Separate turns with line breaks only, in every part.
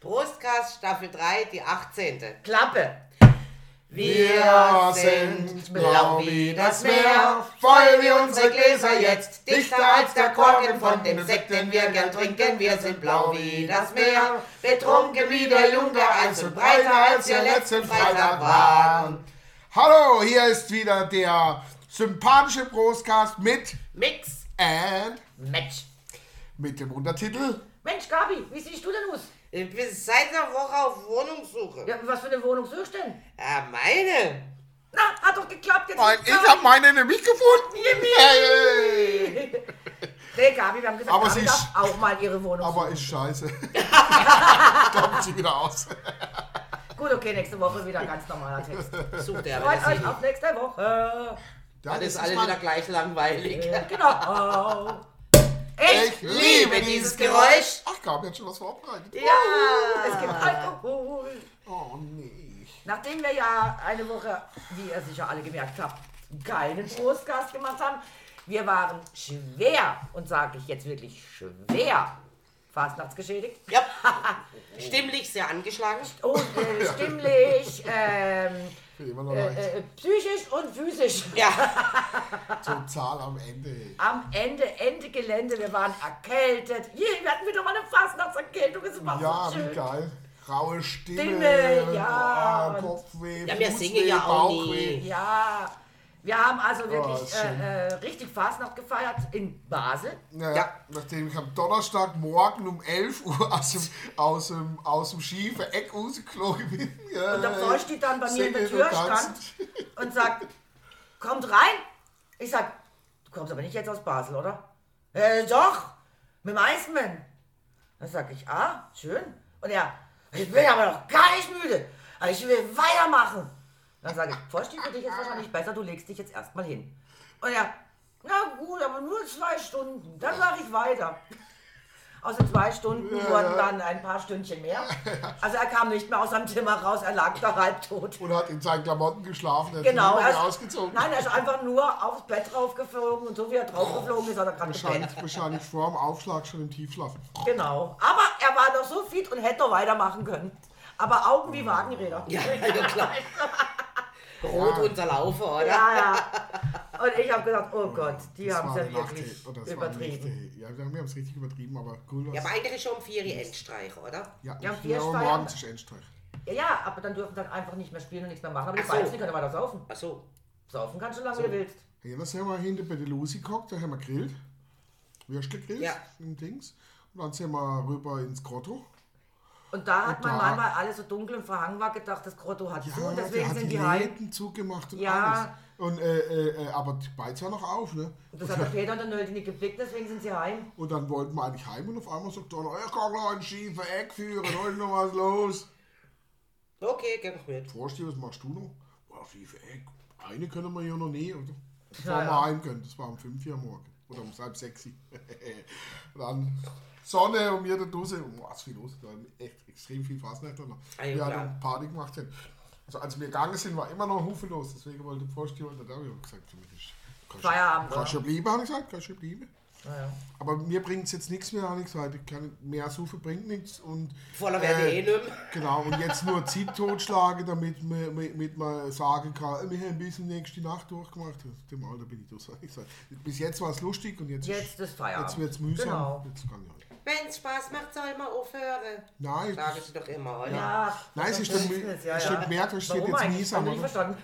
Brustcast Staffel 3, die 18.
Klappe.
Wir sind blau wie das Meer, voll wie unsere Gläser jetzt, dichter als der Korken von dem Sekt, den wir gern trinken. Wir sind blau wie das Meer, betrunken wie der Junge, eins und breiter als wir letzten Freitag waren.
Hallo, hier ist wieder der sympathische Brostcast mit
Mix
and
Match.
mit dem Untertitel.
Mensch, Gabi, wie siehst du denn aus?
Ich bin seit einer Woche auf Wohnungssuche.
Ja, was für eine Wohnung suchst du denn?
Ja, meine.
Na, hat doch geklappt jetzt.
Nein,
ist
ich
Gabi.
habe meine nämlich gefunden. Hey.
Nee, Gabi, wir haben gesagt,
Aber
Gabi
sie
darf auch mal ihre Wohnung
Aber ist scheiße. Kommt sie wieder aus.
suchen. Gut, okay, nächste Woche wieder ganz normaler Text.
Sucht er aber
Freut
das
euch
nicht.
auf nächste Woche.
Dann
Dann ist
es
alles
mal-
wieder gleich langweilig.
Genau. Echt?
Ich liebe dieses Geräusch. Ach, Gabi hat schon was vorbereitet.
Ja, es gibt Alkohol.
Oh nee.
Nachdem wir ja eine Woche, wie ihr sicher alle gemerkt habt, keinen Brustgas gemacht haben, wir waren schwer, und sage ich jetzt wirklich schwer, fastnachtsgeschädigt.
Ja. Stimmlich sehr angeschlagen.
Und äh, stimmlich, ähm,
Für immer noch leicht.
äh, äh, psychisch und physisch.
Ja.
Total am Ende.
Am Ende, Ende Gelände, wir waren erkältet. Je, wir hatten wieder mal eine Fastnachtserkältung, es war
Ja,
so
wie
schön.
geil. Raue Stimme.
Stimme, ja,
Ah,
und-
Kopfweh.
Ja, wir
Fußweh,
singen ja auch nie.
Bauchweh.
Ja, wir haben also wirklich
Oh, ist schön.
äh, äh, richtig Fastnacht gefeiert in Basel.
Naja,
Ja.
nachdem ich am Donnerstagmorgen um 11 Uhr aus dem, aus dem, aus dem schiefen Eck rausgeflogen bin. Ja,
Und der Paul steht dann bei mir in der
singen
Tür,
und tanzen.
stand und sagt, kommt rein. Ich sag, du kommst aber nicht jetzt aus Basel, oder? Äh, doch, mit dem Eismann. Dann sag ich, ah, schön. Und er, ich bin aber noch gar nicht müde. aber Ich will weitermachen. Dann sage ich, Vorstehen für dich ist wahrscheinlich besser, du legst dich jetzt erstmal hin. Und er, na gut, aber nur zwei Stunden, dann mache ich weiter. Aus den zwei Stunden wurden dann ein paar Stündchen mehr. Also er kam nicht mehr aus seinem Zimmer raus, er lag da halbtot.
Und hat in seinen Klamotten geschlafen. Er hat
Genau,
sich
er
nicht
ist,
ausgezogen.
Nein, er ist einfach nur aufs Bett draufgeflogen und so wie er draufgeflogen ist, hat er gerade gepennt.
wahrscheinlich, wahrscheinlich vor dem Aufschlag schon im Tiefschlaf.
Genau. Aber er war noch so fit und hätte noch weitermachen können. Aber Augen wie Wagenräder.
Ja, ja klar. Rot unterlaufen, oder?
ja. ja. Und ich habe gedacht, oh Gott, die
Das
haben es
war
ja
eine Nacht,
wirklich
ey. Oder das War
übertrieben.
eine Nacht, ey. ja, wir haben es richtig übertrieben, aber cool.
Ja, aber eigentlich ist schon um vier Uhr Endstreich, oder?
ja,
Ja,
ja,
vier
vier Uhr
Steuern.
morgens ist Endstreich.
Ja, ja, aber dann dürfen sie halt einfach nicht mehr spielen und nichts mehr machen. Aber die
Ach so.
Weizen, die können weiter saufen.
Ach so.
Saufen kannst du lange, wie du willst.
Ja, das haben wir hinter bei der Lucy gekocht, da haben wir gegrillt. Würstchen gegrillt,
Ja.
im Dings. Und dann sind wir rüber ins Grotto.
Und da hat mein
da-
Mann, weil alles so dunkel und verhangen war, gedacht, das Grotto hat zu und
der
deswegen
hat
sind
die
die heim.
Läden zugemacht und
Ja.
alles. Und, äh, äh, äh, aber die Beiz war noch auf, ne?
Und das hat der Peter und der Nöldi nicht geblickt, deswegen sind sie heim.
Und dann wollten wir eigentlich heim und auf einmal sagt Donner, ich kann gleich ein schiefe Eck führen, heute noch was los.
Okay, geh noch mit.
Vorsteh, was machst du noch? Boah, schiefe Eck, eine können wir ja noch nie. Oder? Bevor
Ja,
wir
ja.
heim können, das war um 5 Uhr morgen. Oder um halb 6 Uhr. Und dann Sonne um und wir da draußen. Boah, ist viel los. Da haben echt extrem viel Fasnacht. Und
Ah, ja,
wir
klar.
haben Party gemacht. Haben. Also als wir gegangen sind, war immer noch Hufe los. Deswegen wollte ich vorstehen, weil da habe ich auch gesagt, für mich ist kannst du-
Feierabend,
Kannst
oder?
du bleiben, habe ich gesagt, kannst du bleiben.
Naja.
Aber mir bringt es jetzt nichts mehr, habe ich gesagt. Ich kann mehr Sufe bringt nichts. Und,
Voller werde eh nicht mehr.
Genau, und jetzt nur Zeit totschlagen, damit man, damit man sagen kann, äh, wir haben ein bisschen nächste Nacht durchgemacht. Aus Dem Alter bin ich durch. Ich sag, Bis jetzt war es lustig und jetzt,
Jetzt ist Feierabend.
jetzt wird es mühsam.
Genau.
Jetzt kann ich auch nicht.
Wenn's Spaß macht, soll man aufhören.
Nein,
Sag ich doch immer, oder? Ja,
Ja.
Nein, es ist
das
dann
ist
mü-
es, ja,
es
ja.
steht mehr drin, steht
Warum
jetzt
eigentlich?
mühsam,
Hab ich nicht
oder?
verstanden.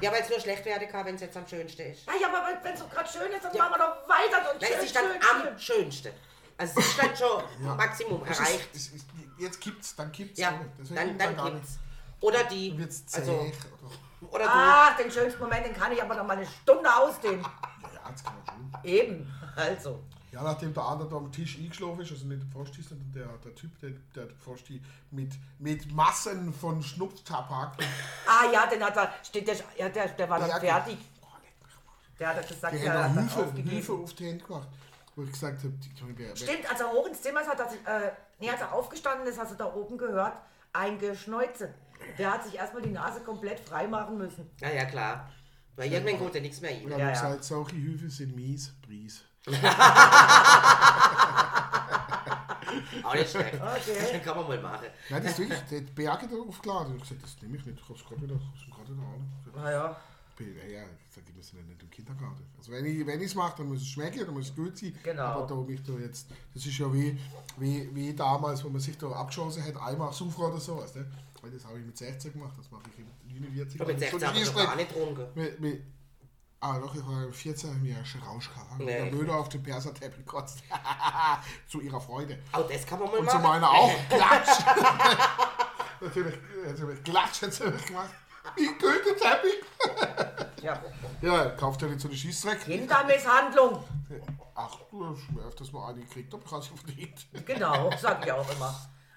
ja weil es nur schlecht werden kann, wenn es jetzt am schönsten ist.
Ah Ja, ja, aber wenn es doch gerade schön ist, dann machen wir doch weiter. Und
Weil es
schön,
ist dann
schön,
am
schön.
schönsten. Also es ist dann schon Maximum
Es ist-
erreicht.
es ist, jetzt kippt's, dann kippt's.
Ja, dann, dann gibt's. Oder die.
Wird's zäh.
Also, oder du.
Ach, Ah, den schönsten Moment, den kann ich aber noch mal eine Stunde ausdehnen.
oder, ja, das kann man schon.
Eben, also.
Ja, nachdem der andere da am Tisch eingeschlafen ist, also nicht der Pfosti, sondern der, der Typ, der, der Pfosti mit, mit Massen von Schnupftabak.
Ah ja, den hat er, steht der, ja, der, der war
Ja,
dann
ja,
fertig. Der hat das gesagt,
Die
der hat
haben
dann
noch Hilfe,
aufgegeben.
Hilfe auf die Hände gemacht. Wo ich gesagt habe, die können wir
Stimmt, als er hoch ins Zimmer ist, hat er sich, äh, nee, als er aufgestanden ist, hast du da oben gehört, ein Geschneuze. Der hat sich erstmal die Nase komplett frei machen müssen.
Na ja, klar. Weil irgendwann kommt ja nichts mehr
Und
hin.
dann
Ja,
habe ich
ja.
gesagt, solche Hilfe sind mies, Pries.
Auch nicht schlecht.
Okay.
Kann man mal machen.
Nein, das ist wirklich, die hat Berge da aufgeladen. Ich habe gesagt, das nehme ich nicht, ich habe es gerade wieder, ich hab's gerade wieder an. Ich hab
Naja,
gesagt, Ja, ja, ich hab gesagt, die müssen ja nicht im Kindergarten. Also wenn ich es wenn ich's mache, dann muss es schmecken, dann muss es gut sein.
Genau.
Aber da mich da jetzt, das ist ja wie, wie, wie damals, wo man sich da abgeschossen hat, einmal aufs Ufer oder sowas. Ne? Weil das habe ich mit 16 gemacht, das mache ich mit 49.
Ich habe
Das
jetzt
ist so
16 habe
die
ich noch gar
Schreck-
nicht getrunken.
mit, mit, Ah, doch, ich war 14, habe mir ja schon Rausch gehabt.
Nee.
Nee. Der Möder auf den Perserteppich gekotzt. zu ihrer Freude.
Auch das kann man mal
Und zu
machen.
meiner auch. Klatsch. natürlich, natürlich, Klatsch hat sie gemacht. Wie Goethe Teppich.
ja.
Ja, kauft ja nicht so eine Schießdreck.
Kindermisshandlung.
Ach, du hast mir öfters mal eine gekriegt, aber ich habe sie verdient.
Genau, sag ich auch immer.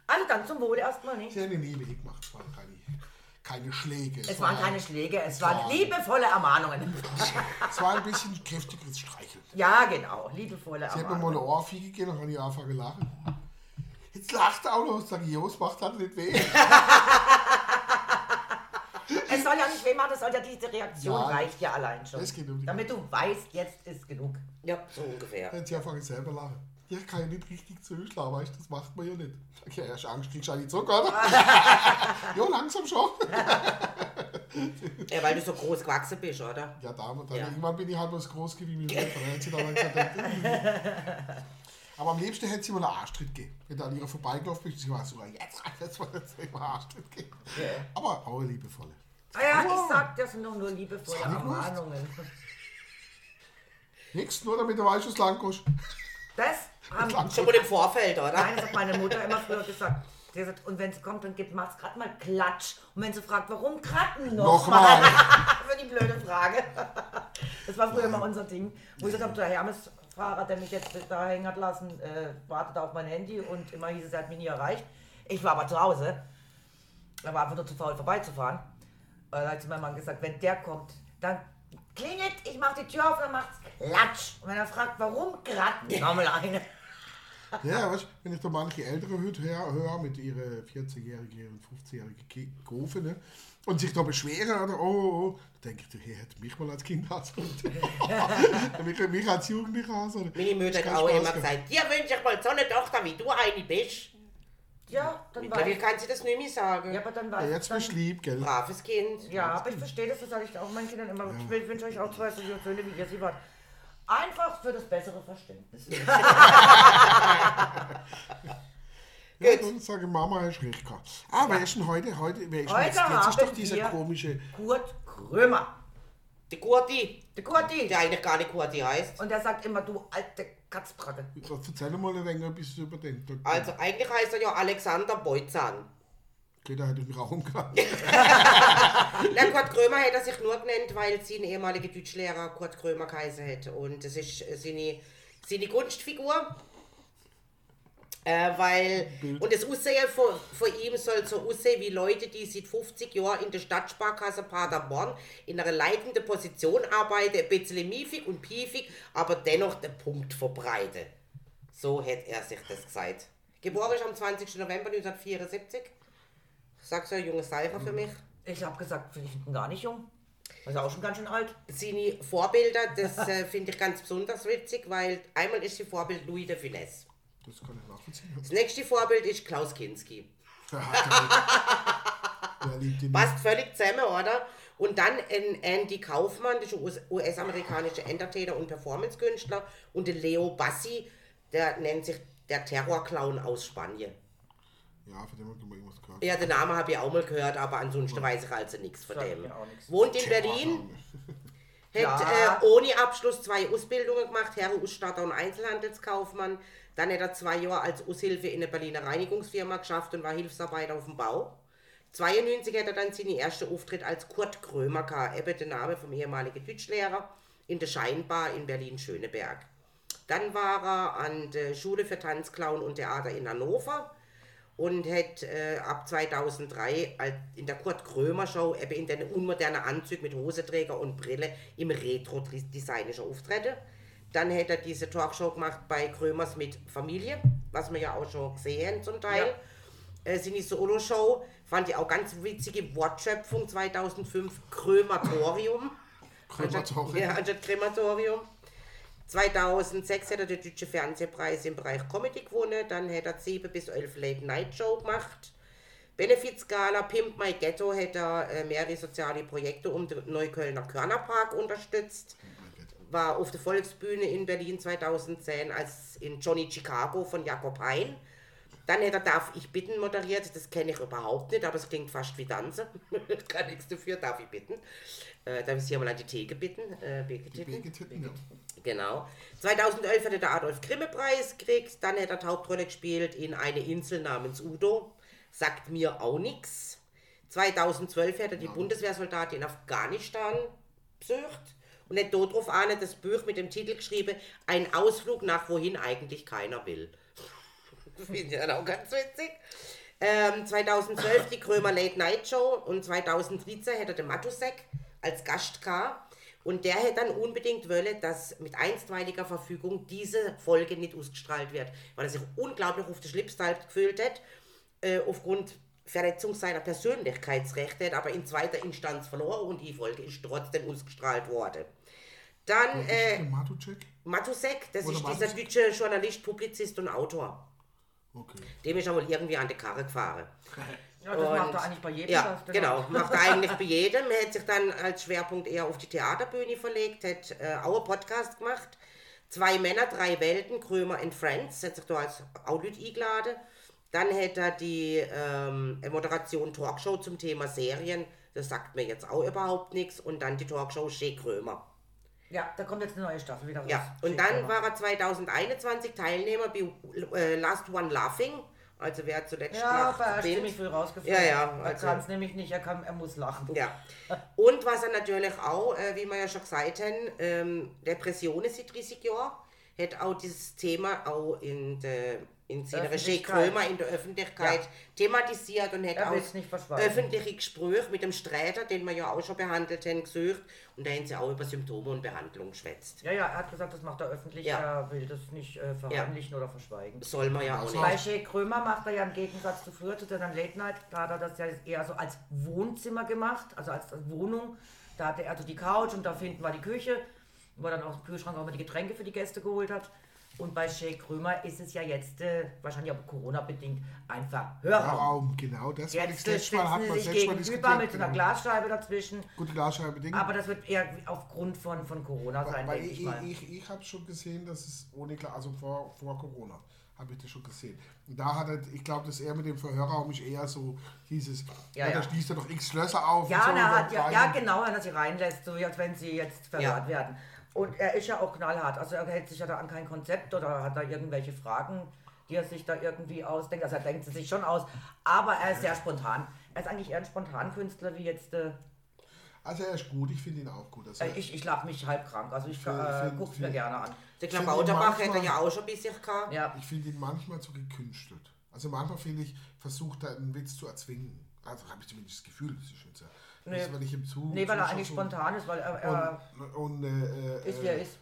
Also dann zum Wohl erstmal nicht.
Ich habe nie Weg gemacht, es waren keine, keine Schläge.
Es waren keine Schläge, es waren
Klar.
liebevolle Ermahnungen.
Es war ein bisschen kräftiges Streicheln.
Ja, genau, liebevolle
Ich habe mir mal
Ermahnungen.
eine Ohrfeige gegeben und habe ich angefangen zu lachen. Jetzt lacht er auch noch, sage ich, jo, es macht halt nicht weh.
Es soll ja nicht weh machen, es soll ja diese Reaktion
Ja.
reicht ja allein schon.
Es geht um die-
Damit du weißt, jetzt ist genug.
Ja, so ungefähr.
Jetzt fange ich selber lachen. Ja, kann ja nicht richtig zuschlagen, weißt du, das macht man ja nicht. Sag ich, ja, erst Angst kriegst du auch nicht zurück, oder? jo, langsam schon.
Ja, weil du so groß gewachsen bist, oder?
Ja, damals, dann
Ja.
irgendwann bin ich halt was groß gewesen wie mein Vater. Dann hat sie dann langsam gedacht, "Hm." Aber am liebsten hätte sie mal einen Arschtritt gegeben. Wenn du an ihrer vorbeigelaufen bist, sie war so, jetzt, jetzt war jetzt mal einen Arschtritt gegeben. Aber auch eine liebevolle.
Ah ja, ich sag, das sind doch nur liebevolle
Das hab ich gewusst.
Ermahnungen.
Nichts, nur damit du weißt, was lang kommst.
Das haben
Schon mal im Vorfeld, oder?
Nein, das hat meine Mutter immer früher gesagt. Sie hat gesagt, und wenn sie kommt, dann gibt, mach's grad mal Klatsch. Und wenn sie fragt, warum kratten nochmal?
Nochmal.
Für die blöde Frage. Das war früher immer unser Ding. Wo ich gesagt habe, der Hermes-Fahrer, der mich jetzt da hängen hat lassen, äh, wartet auf mein Handy und immer hieß es, er hat mich nie erreicht. Ich war aber zu Hause. Er war einfach nur zu faul vorbeizufahren. Und dann hat zu meinem Mann gesagt, wenn der kommt, dann klingelt, ich mach die Tür auf und dann macht's Klatsch. Und wenn er fragt, warum kratten nochmal eine?
Ja, weißt du, wenn ich da manche ältere Hüt her- höre mit ihren 14-jährigen, ihren 15-jährigen Gofen ne, und sich da beschweren, oder, oh, oh, oh, dann denke ich, hey, hätte mich mal als Kind ausgesucht. mich, mich als Jugendlicher ausgesucht.
Meine Mutter
Das
hat
kann
auch
Spaß
immer
geben.
gesagt, dir wünsche ich mal so eine Tochter, wie du eine bist.
Ja, dann war
Mittlerweile kann sie das nicht mehr sagen.
Ja, aber dann war
Ja, jetzt bist du lieb, gell?
Braves Kind.
Ja, aber
genau.
ich verstehe das, das sage ich auch meinen Kindern immer. Ich will- wünsche euch auch zwei so schöne Söhne, wie ihr sie wart. Einfach für das bessere Verständnis.
Ja, dann sage ich, Mama, hast recht gehabt. Ah, wer ist denn heute? Heute, wer ist denn
Heute
jetzt? Jetzt ist
haben
doch dieser
wir-
komische.
Kurt Krömer.
Der Kurti,
Der Kurti.
der eigentlich gar nicht Kurti heißt.
Und der sagt immer, du alte Katzbracke.
Erzähl mal ein wenig etwas über den. Da
Also eigentlich heißt er ja Alexander Beutzan.
geht er halt im Raum gehabt.
Na, Kurt Krömer hätte er sich nur genannt, weil sein ehemaliger Deutschlehrer Kurt Krömer geheißen hat. Und das ist äh, seine, seine Kunstfigur. Äh, weil, und das Aussehen von, von ihm soll so aussehen wie Leute, die seit 50 Jahren in der Stadtsparkasse Paderborn in einer leitenden Position arbeiten, ein bisschen miefig und piefig, aber dennoch den Punkt verbreiten. So hätte er sich das gesagt. Geboren ist am 20. November 1974. Sag's ja, junge Seifer für mich.
Ich habe gesagt, finde ich ihn gar nicht jung. Das ist auch schon ganz schön alt.
seine Vorbilder, das äh, finde ich ganz besonders witzig, weil einmal ist sein Vorbild Louis de Funès.
Das kann ich nachvollziehen.
Das nächste Vorbild ist Klaus Kinski.
Wer liebt ihn?
Passt völlig zusammen, oder? Und dann ein Andy Kaufmann, das ist ein US- US-amerikanischer Entertainer und Performance-Künstler. Und der Leo Bassi, der nennt sich der Terrorclown aus Spanien.
Ja, von dem hat man irgendwas gehört.
Ja, den Namen habe ich auch mal gehört, aber ansonsten weiß ich also nichts von
Sagt
dem.
Hm. mir auch nichts.
Wohnt in Berlin, Hat
Ja.
äh, ohne Abschluss zwei Ausbildungen gemacht, Herr Ausstatter und Einzelhandelskaufmann. Dann hat er zwei Jahre als Aushilfe in einer Berliner Reinigungsfirma geschafft und war Hilfsarbeiter auf dem Bau. 92 hat er dann seinen ersten Auftritt als Kurt Krömer gehabt, eben der Name vom ehemaligen Deutschlehrer, in der Scheinbar in Berlin-Schöneberg. Dann war er an der Schule für Tanz, Clown und Theater in Hannover und hat äh, ab 2003 als- in der Kurt Krömer Show eben in den unmodernen Anzug mit Hoseträger und Brille im Retro-Designischer Auftritte. Dann hat er diese Talkshow gemacht bei Krömers mit Familie, was wir ja auch schon gesehen haben zum Teil. Äh, seine Solo-Show fand ich auch ganz witzige Wortschöpfung 2005, Krömatorium.
Krematorium.
Ja, anstatt Krematorium. 2006 hat er den Deutschen Fernsehpreis im Bereich Comedy gewonnen. Dann hat er 7 bis 11 Late Night Show gemacht. Benefizgala Pimp My Ghetto hat er äh, mehrere soziale Projekte um den Neuköllner Körnerpark unterstützt. War auf der Volksbühne in Berlin 2010 als in Johnny Chicago von Jakob Hein. Dann hätte er Darf ich bitten moderiert, das kenne ich überhaupt nicht, aber es klingt fast wie Tanzen. Kann nichts dafür, darf ich bitten. Äh, darf ich Sie mal an die Theke bitten? Äh,
Die
Birgit.
Biggetitten, ja.
Genau. 2011 hatte der Adolf Grimme Preis gekriegt, dann hat er die Hauptrolle gespielt in Eine Insel namens Udo. Sagt mir auch nichts. 2012 hat er die Bundeswehrsoldaten in Afghanistan besucht und hat dort drauf an das Buch mit dem Titel geschrieben, ein Ausflug nach wohin eigentlich keiner will. Finde ich dann auch ganz witzig. Ähm, 2012 die Krömer Late Night Show und 2013 hätte der Matusek als Gast gehabt. Und der hätte dann unbedingt wollen, dass mit einstweiliger Verfügung diese Folge nicht ausgestrahlt wird, weil er sich unglaublich auf den Schlips halt gefühlt hat, äh, aufgrund Verletzung seiner Persönlichkeitsrechte, hat aber in zweiter Instanz verloren und die Folge ist trotzdem ausgestrahlt worden. Dann
Äh,
äh,
Matusek?
Matusek, das
Oder
ist dieser
Matusek?
deutsche Journalist, Publizist und Autor.
Okay.
Dem ist er wohl irgendwie an die Karre gefahren.
Ja, das macht er eigentlich bei jedem.
Ja,
Schauspieler.
genau. Macht er eigentlich bei jedem. Er hat sich dann als Schwerpunkt eher auf die Theaterbühne verlegt, hat äh, auch einen Podcast gemacht. Zwei Männer, drei Welten, Krömer and Friends, hat sich da als Audit eingeladen. Dann hätte er die ähm, Moderation Talkshow zum Thema Serien, das sagt mir jetzt auch überhaupt nichts. Und dann die Talkshow Shea Krömer.
Ja, da kommt jetzt eine neue Staffel wieder raus.
Ja, und
Schick
dann
aber.
war er 2021 Teilnehmer bei äh, Last One Laughing. Also wer zuletzt
Ja,
nach
aber er ist
Bild-
ziemlich früh rausgefallen.
Ja, ja,
Er
also-
kann es nämlich nicht, er, kann, er muss lachen.
Ja. Und was er natürlich auch, äh, wie wir ja schon gesagt haben, ähm, Depressionen seit 30 Jahren, hat auch dieses Thema auch in der in seiner Regie
Öffentlichkeit.
Krömer in der Öffentlichkeit thematisiert und hat
Er will's
auch
nicht verschweigen.
öffentliche Gespräche mit dem Sträter, den wir ja auch schon behandelt haben, gesucht. Und da haben sie auch über Symptome und Behandlung geschwätzt.
Ja, ja, er hat gesagt, das macht er öffentlich.
Ja.
Er will das nicht äh, verheimlichen oder verschweigen.
Soll man ja auch
Bei
nicht.
Shea Krömer macht er ja im Gegensatz zu früher, zu seiner Late Night, da hat er das ja eher so als Wohnzimmer gemacht, also als Wohnung. Da hatte er so die Couch und da hinten war die Küche, wo er dann aus dem Kühlschrank auch mal die Getränke für die Gäste geholt hat. Und bei Shea Krömer ist es ja jetzt, äh, wahrscheinlich auch Corona-bedingt, einfach Hörraum.
Raum, genau. Das war das
Jetzt äh,
letzte Mal, hat
sitzen
man
sie sich
selbst mal
gegenüber mit
diskutiert.
so einer
Genau.
Glasscheibe dazwischen.
Gute Glasscheibe, Ding.
Aber das wird eher aufgrund von, von Corona sein,
Weil
denke
ich,
ich mal.
ich, ich, ich habe schon gesehen, dass es ohne Glas, also vor, vor Corona habe ich das schon gesehen. Und da hat er, ich glaube, dass er mit dem Verhörraum ist eher so dieses,
Ja,
ja, da
ja.
schließt er doch x Schlösser auf.
Ja,
und so,
na,
und
hat, ja,
rein.
ja, genau, wenn er sie reinlässt, so als wenn sie jetzt
Ja.
verhört werden. Und er ist ja auch knallhart. Also er hält sich ja da an kein Konzept oder hat da irgendwelche Fragen, die er sich da irgendwie ausdenkt. Also er denkt sie sich schon aus. Aber er ist sehr spontan. Er ist eigentlich eher ein Spontankünstler wie jetzt. Äh,
Also er ist gut, ich finde ihn auch gut. Also,
äh, ich ich lach mich halb krank. Also ich
Für-
äh,
für-
guck's
für-
mir gerne an.
Der
Sind die
Klabauterbach
manchmal-
hätte ja auch schon ein bisschen gehabt.
Ja.
ich finde ihn manchmal zu gekünstelt. Also manchmal finde ich, versucht er einen Witz zu erzwingen. Also habe ich zumindest das Gefühl, das ist jetzt ja.
Nee.
Das war nicht im Zug.
Nee, weil er
Zuschauer
eigentlich
so-
spontan ist, weil er, er
Und, und, äh, äh,
ist, wie er ist.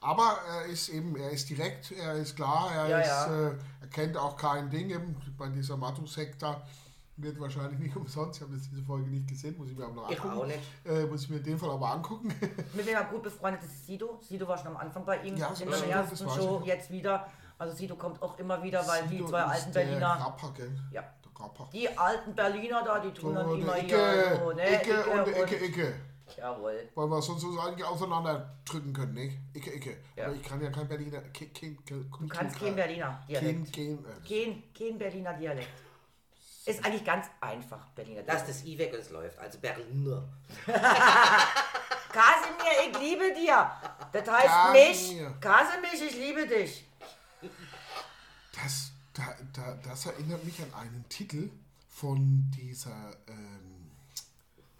Aber er ist eben, er ist direkt, er ist klar, er,
Ja,
ist,
ja.
Äh, er kennt auch kein Ding. Eben bei dieser Matus-Sektor wird wahrscheinlich nicht umsonst. Ich habe jetzt diese Folge nicht gesehen, muss ich mir aber noch
Ich
angucken.
auch nicht.
Äh, muss ich mir in dem Fall aber angucken.
Mit wem er gut befreundet ist, ist Sido. Sido war schon am Anfang bei ihm in
Ja, das
der
stimmt, das
ersten
weiß
Show,
ich.
jetzt wieder. Also Sido kommt auch immer wieder, weil
Sido
die zwei
ist
alten
der
Berliner.
Rapper, gell?
Ja.
Der Rapper.
Die alten Berliner da, die tun dann
So,
immer
der
hier
Icke,
so, ne?
Icke, und der Icke, Icke.
Jawohl.
Weil wir sonst uns eigentlich auseinanderdrücken können, nicht? Icke, Icke.
Ja.
Aber ich kann ja kein Berliner. Kein, kein, kein,
Du kannst kein Berliner
Kein,
Dialekt.
kein, äh,
Kein, kein Berliner Dialekt. Ist eigentlich ganz einfach, Berliner
Lass
Dialekt.
das I weg und es läuft. Also Berliner.
Kasimir, ich liebe dir. Das heißt
Kasimir.
mich. Kasimir, ich liebe dich.
Das, da, da, das erinnert mich an einen Titel von dieser. Ähm,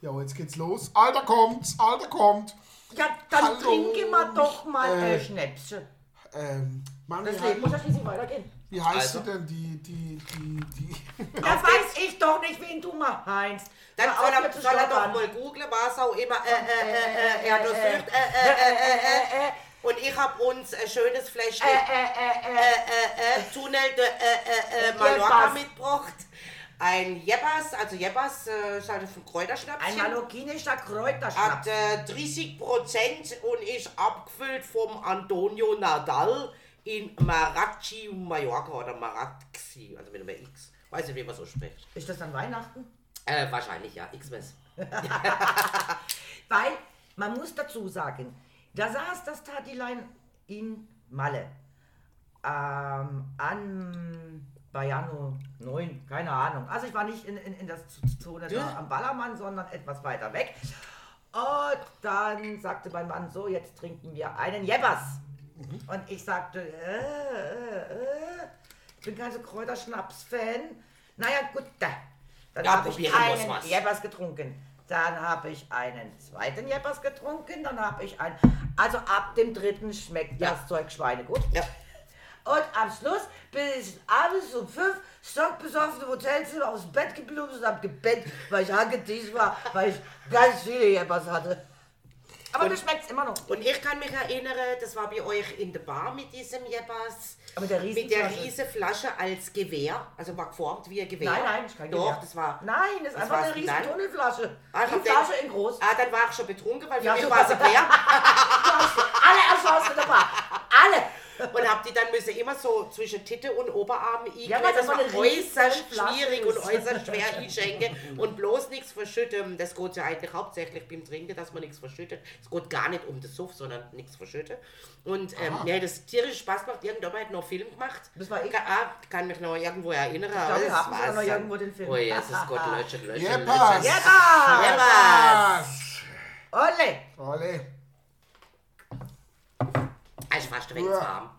ja, jetzt geht's los. Alter kommt's, Alter kommt.
Ja, dann
Hallo.
trinke mal doch mal
Äh,
äh, Schnäpschen.
Ähm, Mann, wie,
Das Leben muss
hei-
ja schließlich weitergehen.
wie heißt
Also.
sie denn die, die, die, die?
Da weiß ich doch nicht, wen du mal heinst.
Dann
Hör
soll
auf,
er,
mir zu
soll er doch
stottern.
mal googeln, was auch immer. Äh, äh, äh, äh, er das sucht, äh, äh, äh, äh, äh. Und ich habe uns ein schönes Fläschchen äh, äh, äh, Tunnel de äh, äh, äh,
Ihr
Mallorca
passt.
mitgebracht. Ein Jeppers, also Jeppers äh, ist halt ein
Ein
Kräuterschnäppchen.
malokinischer Kräuterschnaps.
Hat äh, 30 Prozent und ist abgefüllt vom Antonio Nadal in Marachi, Mallorca oder Maraxi, also mit einem X. Weiß nicht, wie man so spricht.
Ist das an Weihnachten?
Äh, wahrscheinlich, ja, X-Mess.
Weil man muss dazu sagen, da saß das Tatilein in Malle. Ähm, an bei Januar 9, keine Ahnung. Also ich war nicht in, in, in der Zone da am Ballermann, sondern etwas weiter weg. Und dann sagte mein Mann, so, jetzt trinken wir einen Jeppers. Und ich sagte, äh, äh, äh, ich bin kein so Kräuterschnaps-Fan. Naja, gut, da. Dann
Ja,
habe ich
probieren muss
einen
was.
Jeppers getrunken. Dann habe ich einen zweiten Jeppers getrunken. Dann habe ich einen... Also ab dem dritten schmeckt
Ja.
das Zeug schweinegut.
Ja.
Und am Schluss bin ich abends um fünf stockbesoffen im Hotelzimmer aufs Bett geblumst und hab gepennt, weil ich angedies war, weil ich ganz viele Jeppers hatte. Aber mir schmeckt's immer noch.
Und ich kann mich erinnern, das war bei euch in der Bar mit diesem Jeppers.
Aber der riesen
Mit der
Flasche.
riesen Flasche als Gewehr, also war geformt wie ein Gewehr.
Nein, nein, ich kann
Doch,
Gewehr.
das war.
Nein, das ist
Was
einfach eine
war's denn
riesen
dann?
Tunnelflasche.
Ah, ich
die
hab
Flasche
den-
in groß.
Ah, dann war ich schon betrunken, weil für
Ja,
mich
so
war sie
war's.
leer.
Du hast alle erschossen in der Bar. Alle.
Und hab die dann müssen immer so zwischen Titte und Oberarm
Ja,
ja,
weil
Das
das
war
so eine
äußerst
riesen Flasche
schwierig
ist.
und äußerst schwer einschenken. Und bloß nichts verschütten. Das geht ja eigentlich hauptsächlich beim Trinken, dass man nichts verschüttet. Es geht gar nicht um das Suff, sondern nichts verschütten. Und ähm, nee, das tierisch Spaß macht. Irgendjemand hat halt noch einen Film gemacht.
Ah. Das war ich.
Ka- ah, kann mich noch irgendwo erinnern. Ich
wir haben sogar noch irgendwo den Film.
Oh Jesus Gott, löschen, löschen,
Jeppers.
löschen.
Jeppers.
Jeppers.
Ole.
Alle.
Ah, Ich war streng warm.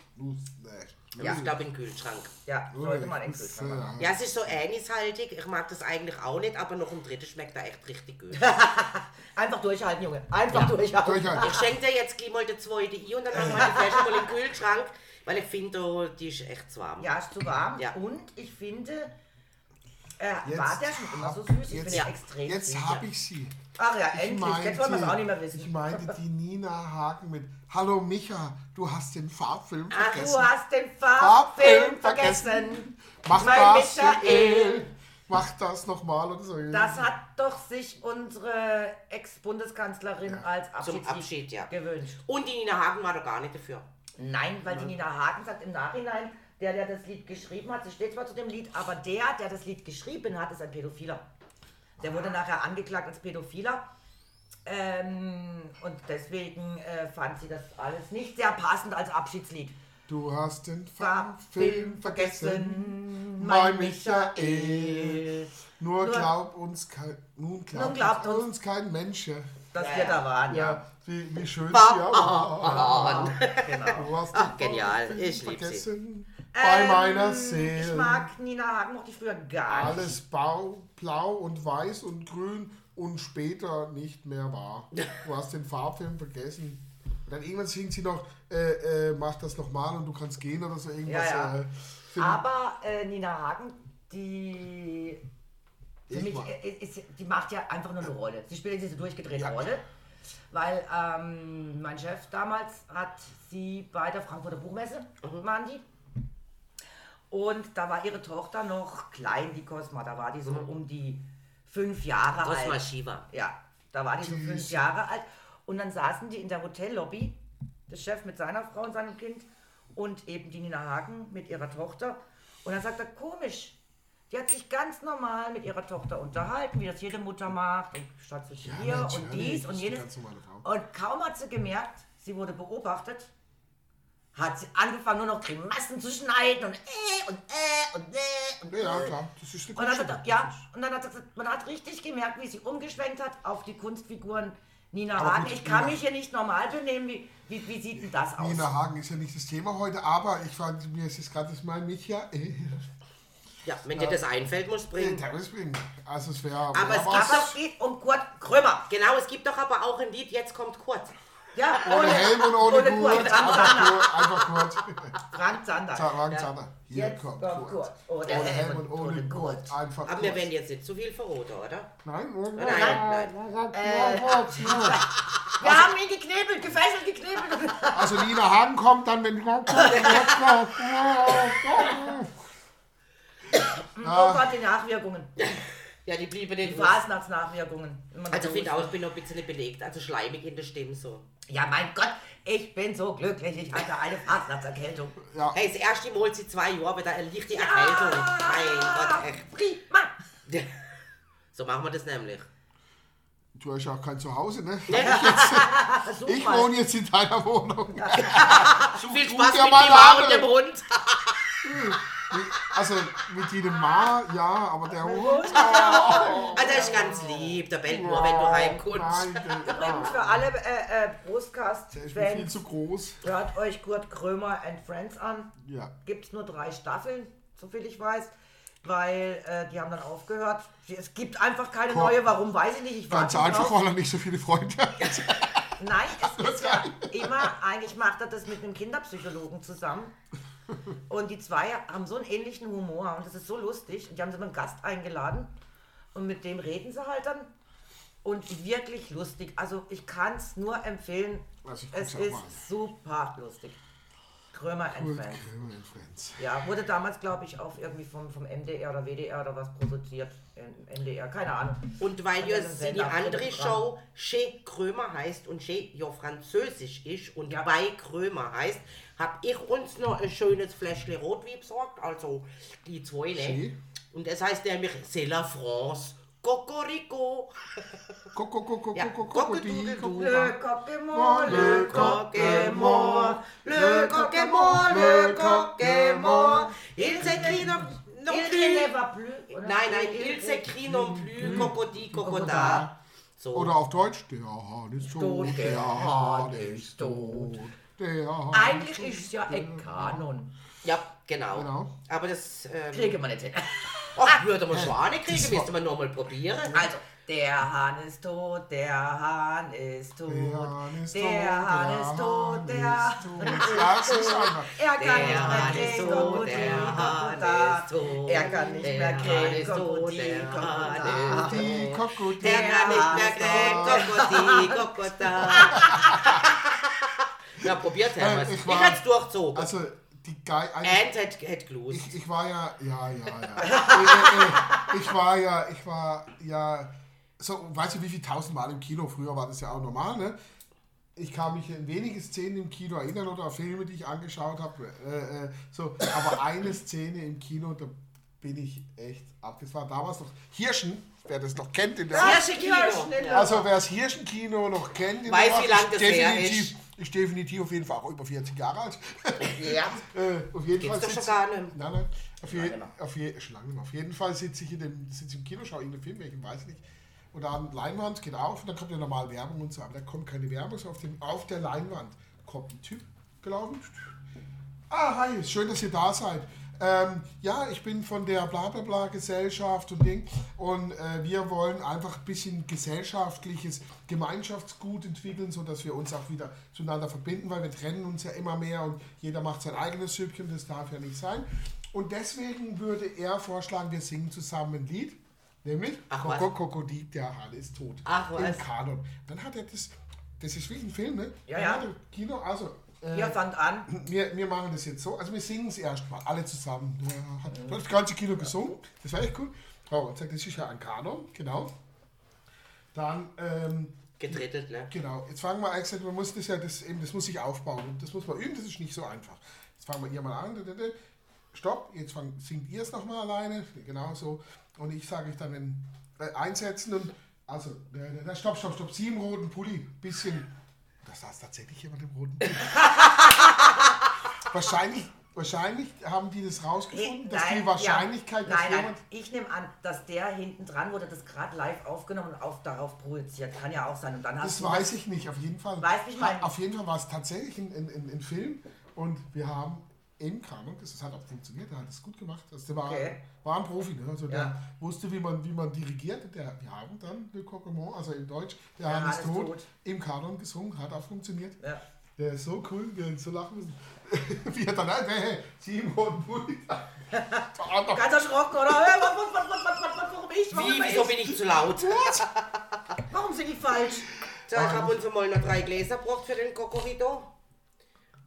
Ja.
Ich glaube, im Kühlschrank.
Ja, sollte man in den Kühlschrank machen.
Ja.
Ja, es ist so ähnlichhaltig. Ich mag das eigentlich auch nicht, aber noch im dritten schmeckt er echt richtig gut.
Einfach durchhalten, Junge. Einfach durchhalten.
Ich schenke dir jetzt gleich mal die zweite i und dann machen wir die Flasche mal im Kühlschrank, weil ich finde, die ist echt zu warm.
Ja, ist zu warm.
Ja.
Und ich finde, äh,
Jetzt
war der schon immer
hab-
so süß? Ich
jetzt-
bin
ja.
ja extrem
Jetzt
süß.
habe ich sie.
Ach ja,
Ich
endlich.
meinte-
jetzt wollen wir es auch nicht mehr
Ich
wissen.
meinte die Nina Hagen mit Hallo Micha, du hast den Farbfilm
Ach,
vergessen.
du hast den Farbfilm vergessen.
Mach
Mein
das,
Michael.
Michael. Mach das nochmal und so.
Das hat doch sich unsere Ex-Bundeskanzlerin als
Zum
Abschiedslied
Abschied, ja.
gewünscht.
Und die Nina Hagen war doch gar nicht dafür.
Nein, weil die Nina Hagen sagt im Nachhinein, der, der das Lied geschrieben hat, sie steht zwar zu dem Lied, aber der, der das Lied geschrieben hat, ist ein Pädophiler. Der
Ah.
wurde nachher angeklagt als Pädophiler. Ähm, und deswegen äh, fand sie das alles nicht sehr passend als Abschiedslied.
Du hast den
Farbfilm
Farbfilm vergessen,
mein
mein Michael. Nur
Nur-
glaub uns kein, nun glaubt,
Nun glaubt
uns,
uns-
kein Mensch. Ja,
Dass wir da waren, ja.
ja wie, wie schön sie ja war.
Genau.
Du hast den
genial.
Farbfilm
Ich lieb sie.
vergessen, Bei meiner Seele.
Ähm, Ich mag Nina Hagen, mochte ich früher gar nicht.
Alles blau, blau und weiß und grün und später nicht mehr wahr. Du hast den Farbfilm vergessen. Und dann irgendwann singt sie noch, äh, äh, mach das nochmal und du kannst gehen oder so irgendwas.
Ja, ja.
Äh, Film.
Aber äh, Nina Hagen, die. Für
Ich
mich,
mag-
äh, ist, die macht ja einfach nur eine Rolle. Sie spielt diese durchgedrehte
Ja.
Rolle. Weil ähm, mein Chef damals hat sie bei der Frankfurter Buchmesse, waren die. Und da war ihre Tochter noch klein, die Cosma. Da war die so um die fünf Jahre alt.
Cosma Shiva.
Ja, da war die so fünf Jahre alt. Und dann saßen die in der Hotellobby, der Chef mit seiner Frau und seinem Kind und eben die Nina Hagen mit ihrer Tochter. Und dann sagt er, komisch, die hat sich ganz normal mit ihrer Tochter unterhalten, wie das jede Mutter macht, und statt sich hier und
natürlich,
dies und
das ist eine
jenes.
ganz normale Frau.
Und kaum hat sie gemerkt, sie wurde beobachtet, hat sie angefangen, nur noch Grimassen zu schneiden und äh und äh und äh und
Ja,
äh.
klar, das ist eine
Und dann, hat er,
Kunststücke.
ja, und dann hat er gesagt, man hat richtig gemerkt, wie sie umgeschwenkt hat auf die Kunstfiguren Nina
Aber
Hagen.
gut,
Ich kann
Nina-
mich hier nicht normal benehmen. Wie, wie, wie sieht denn das aus?
Nina Hagen ist ja nicht das Thema heute, aber ich fand, mir ist es gerade das mal Micha. Äh,
Ja, wenn dir das einfällt, musst du bringen.
Terrace bringen. Also es wäre. Aber
es gab
Aber es geht um Kurt Krömer.
Genau, es gibt doch aber auch ein Lied, jetzt kommt Kurt.
Ja,
ohne Helm und ohne, Gurt.
Kurt.
Einfach
Frank
Gurt. Einfach Gurt.
Zander. Frank
Sarang
Zander.
Zander. Hier
Jetzt
kommt
kommt
Kurt.
Kurt. Ohne
Ohne
Helm
Helm und
und
ohne
ohne
Gurt.
Gurt.
Einfach
Aber wir
Kurt.
werden jetzt nicht zu viel verroten, oder?
Nein, nein,
Nein, nein.
Wir haben ihn geknebelt, gefesselt, geknebelt.
Also Nina Hagen kommt dann, wenn...
Oh Gott, die Nachwirkungen.
Ja, die blieben
Die
nicht aus.
Fasnachtsnachwirkungen. Immer noch
Also ich finde
los.
auch, ich bin noch ein bisschen belegt, also schleimig in der Stimme so.
Ja, mein Gott, ich bin so glücklich. Ich hatte eine Fasnachtserkältung.
Ja,
Hey, das erste Mal seit zwei Jahren, aber da liegt die Erkältung. Mein Gott,
Prima.
echt. So machen wir das nämlich.
du hast ja auch kein Zuhause, ne?
Versuch
Ich
mal.
wohne jetzt in deiner Wohnung.
Viel Spaß
ja
mit
mal
Mima
eine
und dem Hund.
Also mit jedem Ma, ja, aber der Hund.
Also das ist ganz lieb, der bellt nur, wenn du heimkommst.
Oh. Nein, der,
Übrigens für alle äh, äh, Brustcast,
der ist mir viel
Fans,
zu groß.
hört euch Kurt Krömer and Friends an.
Ja.
Gibt es nur drei Staffeln, soviel ich weiß. Weil äh, die haben dann aufgehört. Es gibt einfach keine
Kurt-
neue. Warum weiß ich nicht. Ich
Ganz
warte drauf.
einfach, weil er nicht so viele Freunde hat.
Nein, es ist ja immer, eigentlich macht er das mit einem Kinderpsychologen zusammen. Und die zwei haben so einen ähnlichen Humor und das ist so lustig. Und die haben sie mal einen Gast eingeladen und mit dem reden sie halt dann. Und wirklich lustig. Also ich kann es nur empfehlen.
Also ich guck's
es
auch
ist
mal an.
super lustig. Krömer and Friends.
Friends.
Ja, wurde damals, glaube ich, auch irgendwie vom, vom MDR oder WDR oder was produziert. Im MDR, keine Ahnung.
Und weil ja
dann sind
die
wir
andere
dran.
Show Che Krömer heißt und Che ja französisch ist und
Ja.
bei Krömer heißt, hab ich uns noch ein schönes Fläschchen Rotwein besorgt, also die zwei, ne?
Che?
Und das heißt nämlich C'est la France. Cocorico.
Koko, koko,
Ja,
koko,
koko,
koko,
duke, duke.
Le Coquemont, le
Coquemor,
Coquemort,
le
le
Coquemor,
Coquemort,
le
le
Coquemor.
Coquemort.
Il s'écrit non, non
Il
plus.
ne va plus. oder? ne
Nein, nein, il s'écrit non plus. Cocodi, cocoda. So.
Oder auf Deutsch, der Hahn ist tot,
Tot,
der
der
Hahn
Hahn
ist
ist
tot, der Hahn
Eigentlich ist es ja ein Kanon.
Ja, genau.
Genau. Äh,
Aber das. Ähm,
Kriege man nicht hin.
ach, würde man schon auch nicht kriegen, müsste man nochmal probieren.
Also, der Hahn ist tot, der Hahn ist tot.
Der Hahn ist tot,
Der Hahn ist tot, der
ist tot. Ja, es ist einfach.
Er
Der
kann nicht mehr
Hahn ist
kriegen,
tot,
Krokodil,
der Hahn
Krokodil.
ist tot.
Er kann nicht
Der
mehr
Hahn
kriegen,
ist tot,
Krokodil,
der Hahn ist
Krokodil.
Die
tot. Der kann nicht mehr kriegen,
Koko, die
Cocodi, cocoda. Na, probiert's, Herr.
Äh, ich
Ich
war-
hab's durchgezogen.
Also, die geil. eigentlich-
Ernst hat, hat gelust.
Ich, ich war ja, ja, ja, ja. Äh, äh, äh, ich war ja, ich war ja, so, weiß ich wie viel tausend Mal im Kino, früher war das ja auch normal, ne? Ich kann mich an wenige Szenen im Kino erinnern oder an Filme, die ich angeschaut habe. Äh, äh, so, aber eine Szene im Kino, da bin ich echt abgefahren. Damals noch Hirschen, wer das noch kennt in der
Hirschenkino.
Hirschenkino.
also wer das Hirschenkino noch kennt, in
Genau. Weiß, wie
der Nacht,
lang das her
definitiv, ist definitiv auf jeden Fall auch über 40 Jahre alt.
Ja.
äh, auf jeden
Gibt's
Fall
doch schon
sitz-
gar nicht. genau.
Nein, nein. Auf, je, auf, je, schon lange nicht mehr. auf jeden Fall sitze ich in dem, sitz im Kino, schaue irgendeinen Film, welchen weiß ich nicht. Und da an Leinwand geht auf und dann kommt ja normal Werbung und so. Aber da kommt keine Werbung, sondern auf, dem, auf der Leinwand kommt ein Typ gelaufen. Ah, hi, schön, dass ihr da seid. Ähm, ja, ich bin von der Blablabla Gesellschaft und Ding und äh, wir wollen einfach ein bisschen gesellschaftliches Gemeinschaftsgut entwickeln, sodass wir uns auch wieder zueinander verbinden, weil wir trennen uns ja immer mehr und jeder macht sein eigenes Süppchen, das darf ja nicht sein. Und deswegen würde er vorschlagen, wir singen zusammen ein Lied, nämlich
Ach, was?
Koko Kokodil, der Hahn ist tot.
Ach, was?
Im Kanon. Dann hat er das, das ist wie ein Film, ne?
Ja,
Dann
ja.
hat er Kino, also
Hier fand an.
wir, wir machen das jetzt so. Also wir singen es erstmal, alle zusammen. Ja, hat hat das ganze Kino gesungen. Das war echt cool. Oh, und sagt, das ist ja ein Kanon, genau. Dann, ähm,
Getrittelt, ne?
genau, jetzt fangen wir eigentlich, man muss das ja, das eben, das muss sich aufbauen. Und das muss man üben, das ist nicht so einfach. Jetzt fangen wir ihr mal an. Stopp, jetzt fang, singt ihr es nochmal alleine. Genau so. Und ich sage ich dann wenn, äh, einsetzen und also, da, da, da, stopp, stopp, stopp, sie im roten Pulli, bisschen. Da saß tatsächlich jemand im roten Pulli. wahrscheinlich, wahrscheinlich haben die das rausgefunden, dass die Wahrscheinlichkeit,
ja.
dass
Nein, nein,
jemand.
ich nehme an, dass der hinten dran wurde, das gerade live aufgenommen und auf, darauf projiziert. Kann ja auch sein. Und dann hast
Das
du
weiß ich nicht, auf jeden Fall.
Weiß nicht, mein-
Auf jeden Fall war es tatsächlich ein, ein, ein, ein Film und wir haben im Kanon, das hat auch funktioniert, der hat es gut gemacht. Also der war,
Okay.
war ein Profi, ne? also der
Ja.
wusste, wie man, wie man dirigiert. Der, wir haben dann Le Coquemont, also in Deutsch, der
Ja,
Hahn ist
alles
tot,
tot.
im Kanon gesungen, hat auch funktioniert.
Ja.
Der ist so cool, wir hätten so lachen müssen. wie er dann, hey, hey, sieben roten Pulli.
ganz erschrocken, oder? Äh, was, was, was, was, was, was, was, warum ich? Warum,
Wie,
immer
wieso
ich?
bin ich zu laut?
warum sind die falsch?
So, ich habe uns mal noch drei Gläser gebracht für den Kokorito.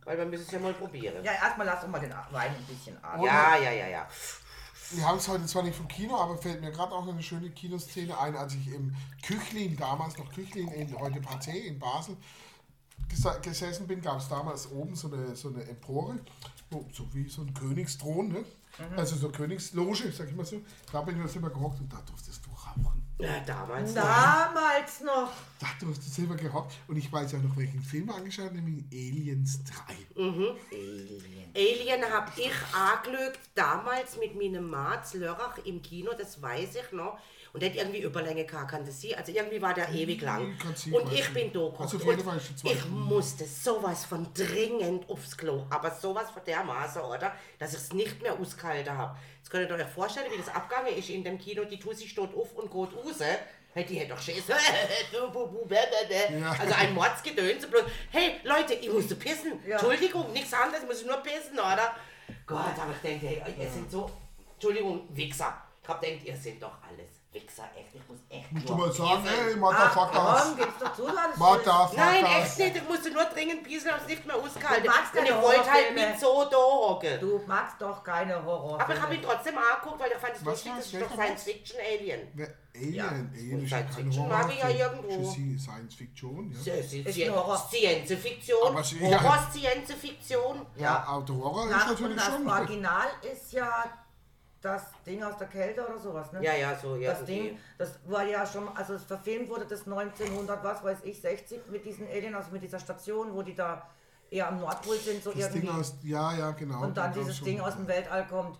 Weil wir müssen es ja mal probieren.
Ja, erstmal lass doch mal den Wein ein bisschen atmen.
Ja, ja, ja, ja.
Wir haben es heute zwar nicht vom Kino, aber fällt mir gerade auch eine schöne Kinoszene ein, als ich im Küchlin, damals noch Küchlin, in, heute Pathé in Basel, gesa- gesessen bin, gab es damals oben so eine, so eine Empore, so, so wie so ein Königsthron, ne?
Mhm.
also so Königsloge, sag ich mal so. Da bin ich mir selber gehockt und da durftest du rauchen.
Ja, damals.
Damals noch.
Da durftest du selber gehockt und ich weiß ja noch, welchen Film wir angeschaut haben, nämlich Aliens 3.
Alien hab ich angelögt, damals mit meinem Mats Lörrach im Kino, das weiß ich noch. Und der hat irgendwie Überlänge gehabt, kann das sein? Also irgendwie war der ewig lang.
kann sein,
Und
weiß
ich bin
nicht.
da
Also auf
gehockt.
jeden Fall ist die
Und
zweite.
Ich musste sowas von dringend aufs Klo, aber sowas von dermaßen, oder? Dass ich es nicht mehr ausgehalten habe. Jetzt könnt ihr euch vorstellen, wie das abgegangen ist in dem Kino. Die Tussi steht auf und geht raus. Hey, Die hätte doch Schiss. Du, bu, bu, bä, bä, bä.
Ja.
Also ein Mordsgedönse bloß. Hey, Leute, ich musste pissen.
Ja.
Entschuldigung, nichts anderes, ich muss nur pissen, oder? Gott, aber ich denke, hey, ihr sind so, Entschuldigung, Wichser. Ich hab denkt, ihr sind doch alles Wichser, echt. Ich muss echt
Musst du
nur
mal sagen,
pissen.
ey,
Komm,
Motherfuckers.
gib's doch zu, du hattest-
Motherfuckers.
Ah, Nein, echt nicht. Ich musste nur dringend pieseln, hab's nicht mehr ausgehalten.
Du magst
Und
keine
ich wollte halt
Horrorfilme.
nicht so da hocken.
Du magst doch keine Horror.
Aber ich habe ihn trotzdem angeguckt, weil ich fand es
Was
lustig,
war's?
das ist doch
Welcher war's?
Science-Fiction-Alien.
Ne, Alien,
Ja,
Alien
und
ist
Science
kein
Fiction mag ich ja
Horrorfilm.
irgendwo.
Ist sie Science Fiction, ja.
Das ist
Ist ein Horror.
Science-Fiktion.
Aber sie- ja.
Horror, Science-Fiktion.
Ja, aber der Horror ist
Nach, und
natürlich
das
schon.
Original ist ja das Ding aus der Kälte oder sowas, ne?
Ja, ja, so, ja.
Das Ding, das war ja schon, also es verfilmt wurde das 1900, was weiß ich, 60 mit diesen Alien, also mit dieser Station, wo die da eher am Nordpol sind, so
Das Ding
irgendwie.
aus, ja, ja, genau.
und dann
da gab's
dieses
schon-
Ding aus dem Weltall kommt.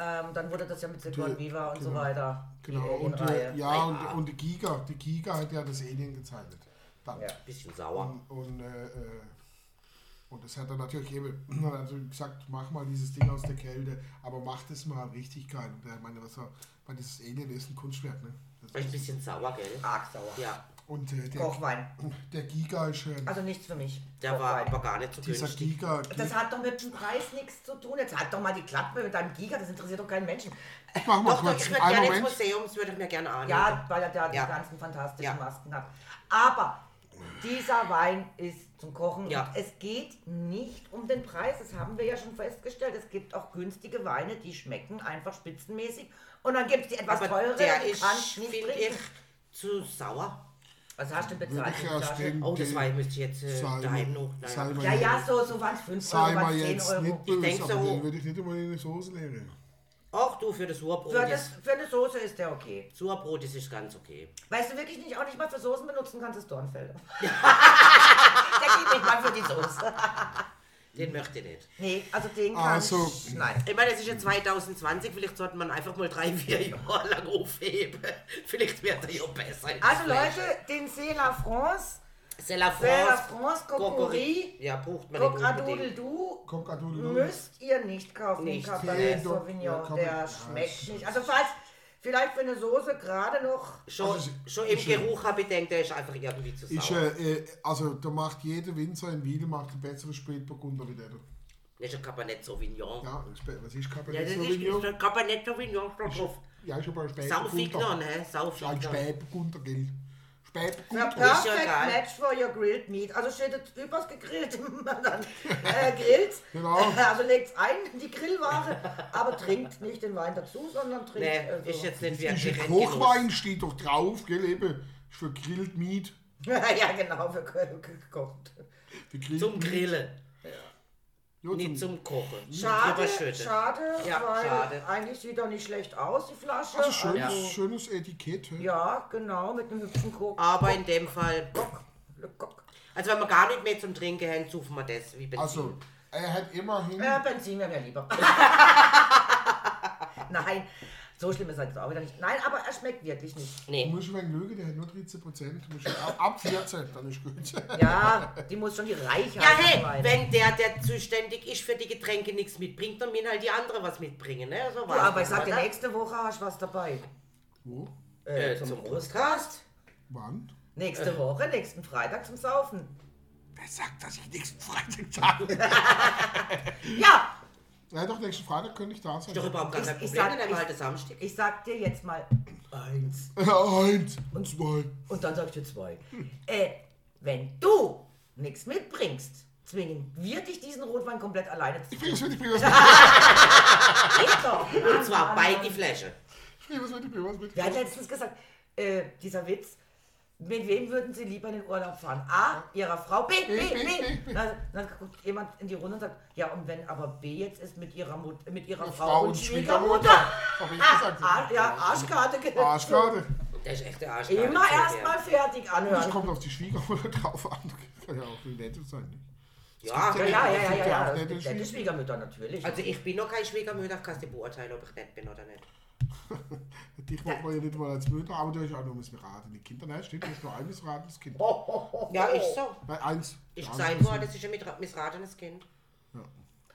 Ähm, dann wurde das ja mit Silicon
Die-
Viva und so
genau.
weiter.
Genau,
die
und,
Alien-Reihe.
äh, ja,
ah.
und, und die Giga, die Giga hat ja das Alien gezeichnet. Dann.
Ja.
Bisschen sauer.
Und, äh, äh, und das hat er natürlich eben hat er natürlich gesagt, mach mal dieses Ding aus der Kälte, aber mach das mal richtig geil. Und äh, ich meine, was er, weil dieses Alien ist ein Kunstwerk, ne?
War
Das,
ich ein bisschen sauer, gell?
Arg sauer.
Ja,
und äh, der,
Kochwein.
der Giga ist äh,
Also nichts für mich.
der war
Kochwein.
aber gar nicht so
dieser
günstig.
Giga.
Das hat doch mit dem Preis nichts zu tun. Jetzt halt doch mal die Klappe mit deinem Giga, das interessiert doch keinen Menschen.
Mach mal
Doch, doch,
kurz
ich
einen
würde gerne ins
Moment.
Museum, das würde ich mir gerne annehmen.
Ja, weil er da
Ja.
die ganzen fantastischen
Ja.
Masken hat. Aber dieser Wein ist zum Kochen.
Ja.
Und es geht nicht um den Preis, das haben wir ja schon festgestellt. Es gibt auch günstige Weine, die schmecken einfach spitzenmäßig. Und dann gibt es die etwas
aber
teureren,
der
die
ist,
kannst du
finde
nicht trinken.
ich, zu sauer.
Was hast du denn
Würde
bezahlt?
ich erst den-
Oh, das
den-
war, ich müsste jetzt äh,
Sei
daheim
mal-
noch.
sei mal-
Naja.
Ja, ja, so, so waren es 5
Sei
Euro,
mal
waren es
jetzt
10 Euro.
nicht böse,
denk
aber
so.
den würde ich nicht immer in die Soße leeren.
Auch du für das Surbrot.
Für, das,
ist-
für eine Soße ist der okay.
Surbrot das ist ganz okay.
Weißt du wirklich nicht, auch nicht mal für Soßen benutzen kannst, ist Dornfelder. der geht nicht mal für die Soße.
Den möchte ich nicht.
Nee, also den kann
Also-
ich. Nein.
Hm. Ich meine, das ist ja 2020, vielleicht sollte man einfach mal drei, vier Jahre lang aufheben. Vielleicht wird er ja besser.
Also Leute, den C'est la France,
C'est la
C'est la
France.
France
Cocorie.
Cocorie,
Ja, braucht man nicht unbedingt.
Cocadoodle-Doo,
Cockadoo.
müsst ihr nicht kaufen, den
Nicht.
Cabernet
Nee, doch. Ja,
Sauvignon,
komm,
der
ja,
schmeckt
scheiße.
nicht. Also falls, vielleicht für eine Soße gerade noch,
Schon,
Also,
schon im
ich-
Geruch habe ich gedacht, der ist einfach irgendwie zu
Ist,
sauer.
äh, äh, also da macht jeder Winzer in Wiel macht einen besseren Spätburgunder wie der. da.
Das ist ein Cabernet Sauvignon.
Ja, Spä- was ist
Ja,
Cabernet
das ist
Sauvignon?
ist ein Cabernet Sauvignon steht drauf.
Ja, ist aber ein
Saufigner,
Spätburgunder.
ne?
Ein
Saufigner.
Spätburgunder, gell?
a
Spätburgunder.
ist ja
perfect
egal.
match for your grilled meat. Also steht jetzt übers gegrillte, dann äh, grillt,
Genau.
also legt's ein, die Grillware, aber trinkt nicht den Wein dazu, sondern trinkt...
Ne,
äh, so.
ist jetzt nicht
Also, Ist
wirklich ein
ein
Genuss.
Kochwein, steht doch drauf, gell? Eben, ist für Grilled Meat.
ja, genau, für gekocht.
Für Grilled
Zum
Meat.
Grillen,
Ja, zum,
nicht zum Kochen.
Schade,
Drüberschütten.
schade,
Ja,
weil
schade.
eigentlich sieht er nicht schlecht aus, die Flasche.
also schönes,
Ja.
schönes Etikett. hä?
Ja, genau, mit einem hübschen Krug.
Aber in dem Fall,
Le Coq.
also wenn wir gar nicht mehr zum Trinken haben, suchen wir das wie Benzin.
Also, er hat immerhin.
Ja, Äh, Benzin wäre mir lieber. Nein, so schlimm ist er jetzt auch wieder nicht. Nein, aber er schmeckt wirklich nicht.
Du
Nee.
musst wegen Lüge, der hat nur 13 Prozent. Ab, ab 14, dann ist gut.
Ja, die muss schon die Reichheit
Ja, hey,
sein.
wenn der, der zuständig ist für die Getränke, nichts mitbringt, dann müssen halt die anderen was mitbringen, ne? So
Du,
war's
aber ich
dann,
sag dir,
oder?
nächste Woche hast du was dabei.
Wo?
Äh, zum Brustkast?
Wann?
Nächste
Äh.
Woche, nächsten Freitag zum Saufen.
Wer sagt, dass ich nächsten Freitag da bin?
Hm.
Ja,
Ja, doch, nächsten Freitag könnte ich da sein.
Ist doch überhaupt gar
Ich-
kein
ich
Problem,
sag-
dann nehmen wir
ich-
halt das Samstag.
ich sag dir jetzt mal eins.
Äh, Eins und zwei.
Hm.
Und dann sag ich dir zwei. äh, wenn du nichts mitbringst, zwingen, wirklich diesen Rotwein komplett alleine zu
Ich bring das mit, ich bring das mit.
Geht doch.
Und zwar bei die Flasche.
Ich bring das mit, ich bring das mit.
Wer hat letztens gesagt, äh, dieser Witz, mit wem würden Sie lieber in den Urlaub fahren? A, Ihrer Frau, B, B,
B, B,
B. Dann, dann guckt jemand in die Runde und sagt, ja und wenn aber B jetzt ist mit ihrer, Mut, mit ihrer
Ihre
Frau, und
Schwiegermutter.
Schwiegermutter.
Hab ich
Ah,
gesagt.
ja, Arschkarte.
Arschkarte.
Der ist echt der Arsch.
Immer erstmal fertig
Das
anhören.
kommt auf die Schwiegermutter drauf an. Kann ja auch viel netter sein. ne?
Ja, genau.
gibt's
Ja, ja,
Es
ja,
gibt
ja,
ja
ja.
auch
Das
nette
gibt nette Schwiegermütter natürlich.
also ich bin noch kein Schwiegermutter, kannst du beurteilen, ob ich nett bin oder nicht.
Dich macht man ja nicht mal als Mütter, aber du hast auch nur missraten. Die Kinder, nein, stimmt, du hast nur ein missratenes Kind.
Oh.
Ja, ist so.
Nein, eins.
Ich
Ja,
zeige
das
nur, das ist ein missra- missratenes Kind.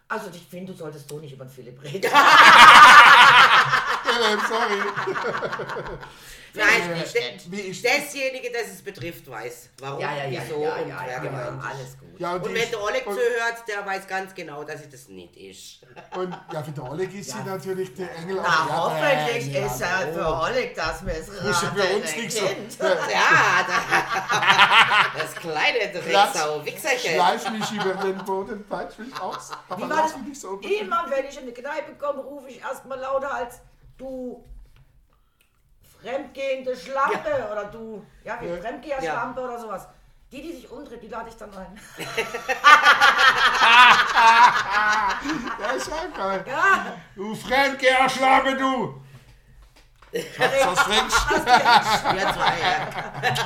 Also ich finde, du solltest so nicht über den Philipp reden.
Philipp, sorry.
Nein,
Äh,
ich, ich,
wie ich-
desjenige, das es betrifft, weiß, warum, wieso und wer gemeint ist.
genau, alles gut.
Ja,
Und
die
wenn
ist-
der Oleg
und-
zuhört, der weiß ganz genau, dass es das nicht ist.
Und ja, für den Oleg ist sie natürlich der Engel auf
Na,
Erden.
Ah, hoffentlich
äh, Ja,
ist er
oh.
für Oleg das Missraten.
Ist ja für uns nicht so.
Kind.
Ja, da, das kleine Drecksau-Wichserchen.
Schleich mich über den Boden, peitsch mich aus. Aber
Wie war
lass
das?
mich nicht so
Immer wenn ich in die Kneipe komme, rufe ich erstmal lauter als du fremdgehende Schlampe oder du, ja, wie
Ja.
Fremdgeher-Schlampe oder sowas. Die, die sich umdreht, die lade ich dann ein.
Ja, ist einfach.
Ja,
Du Fremdgeher, schlage du! Schatz, was denkst du?
Ja, zwei, ja.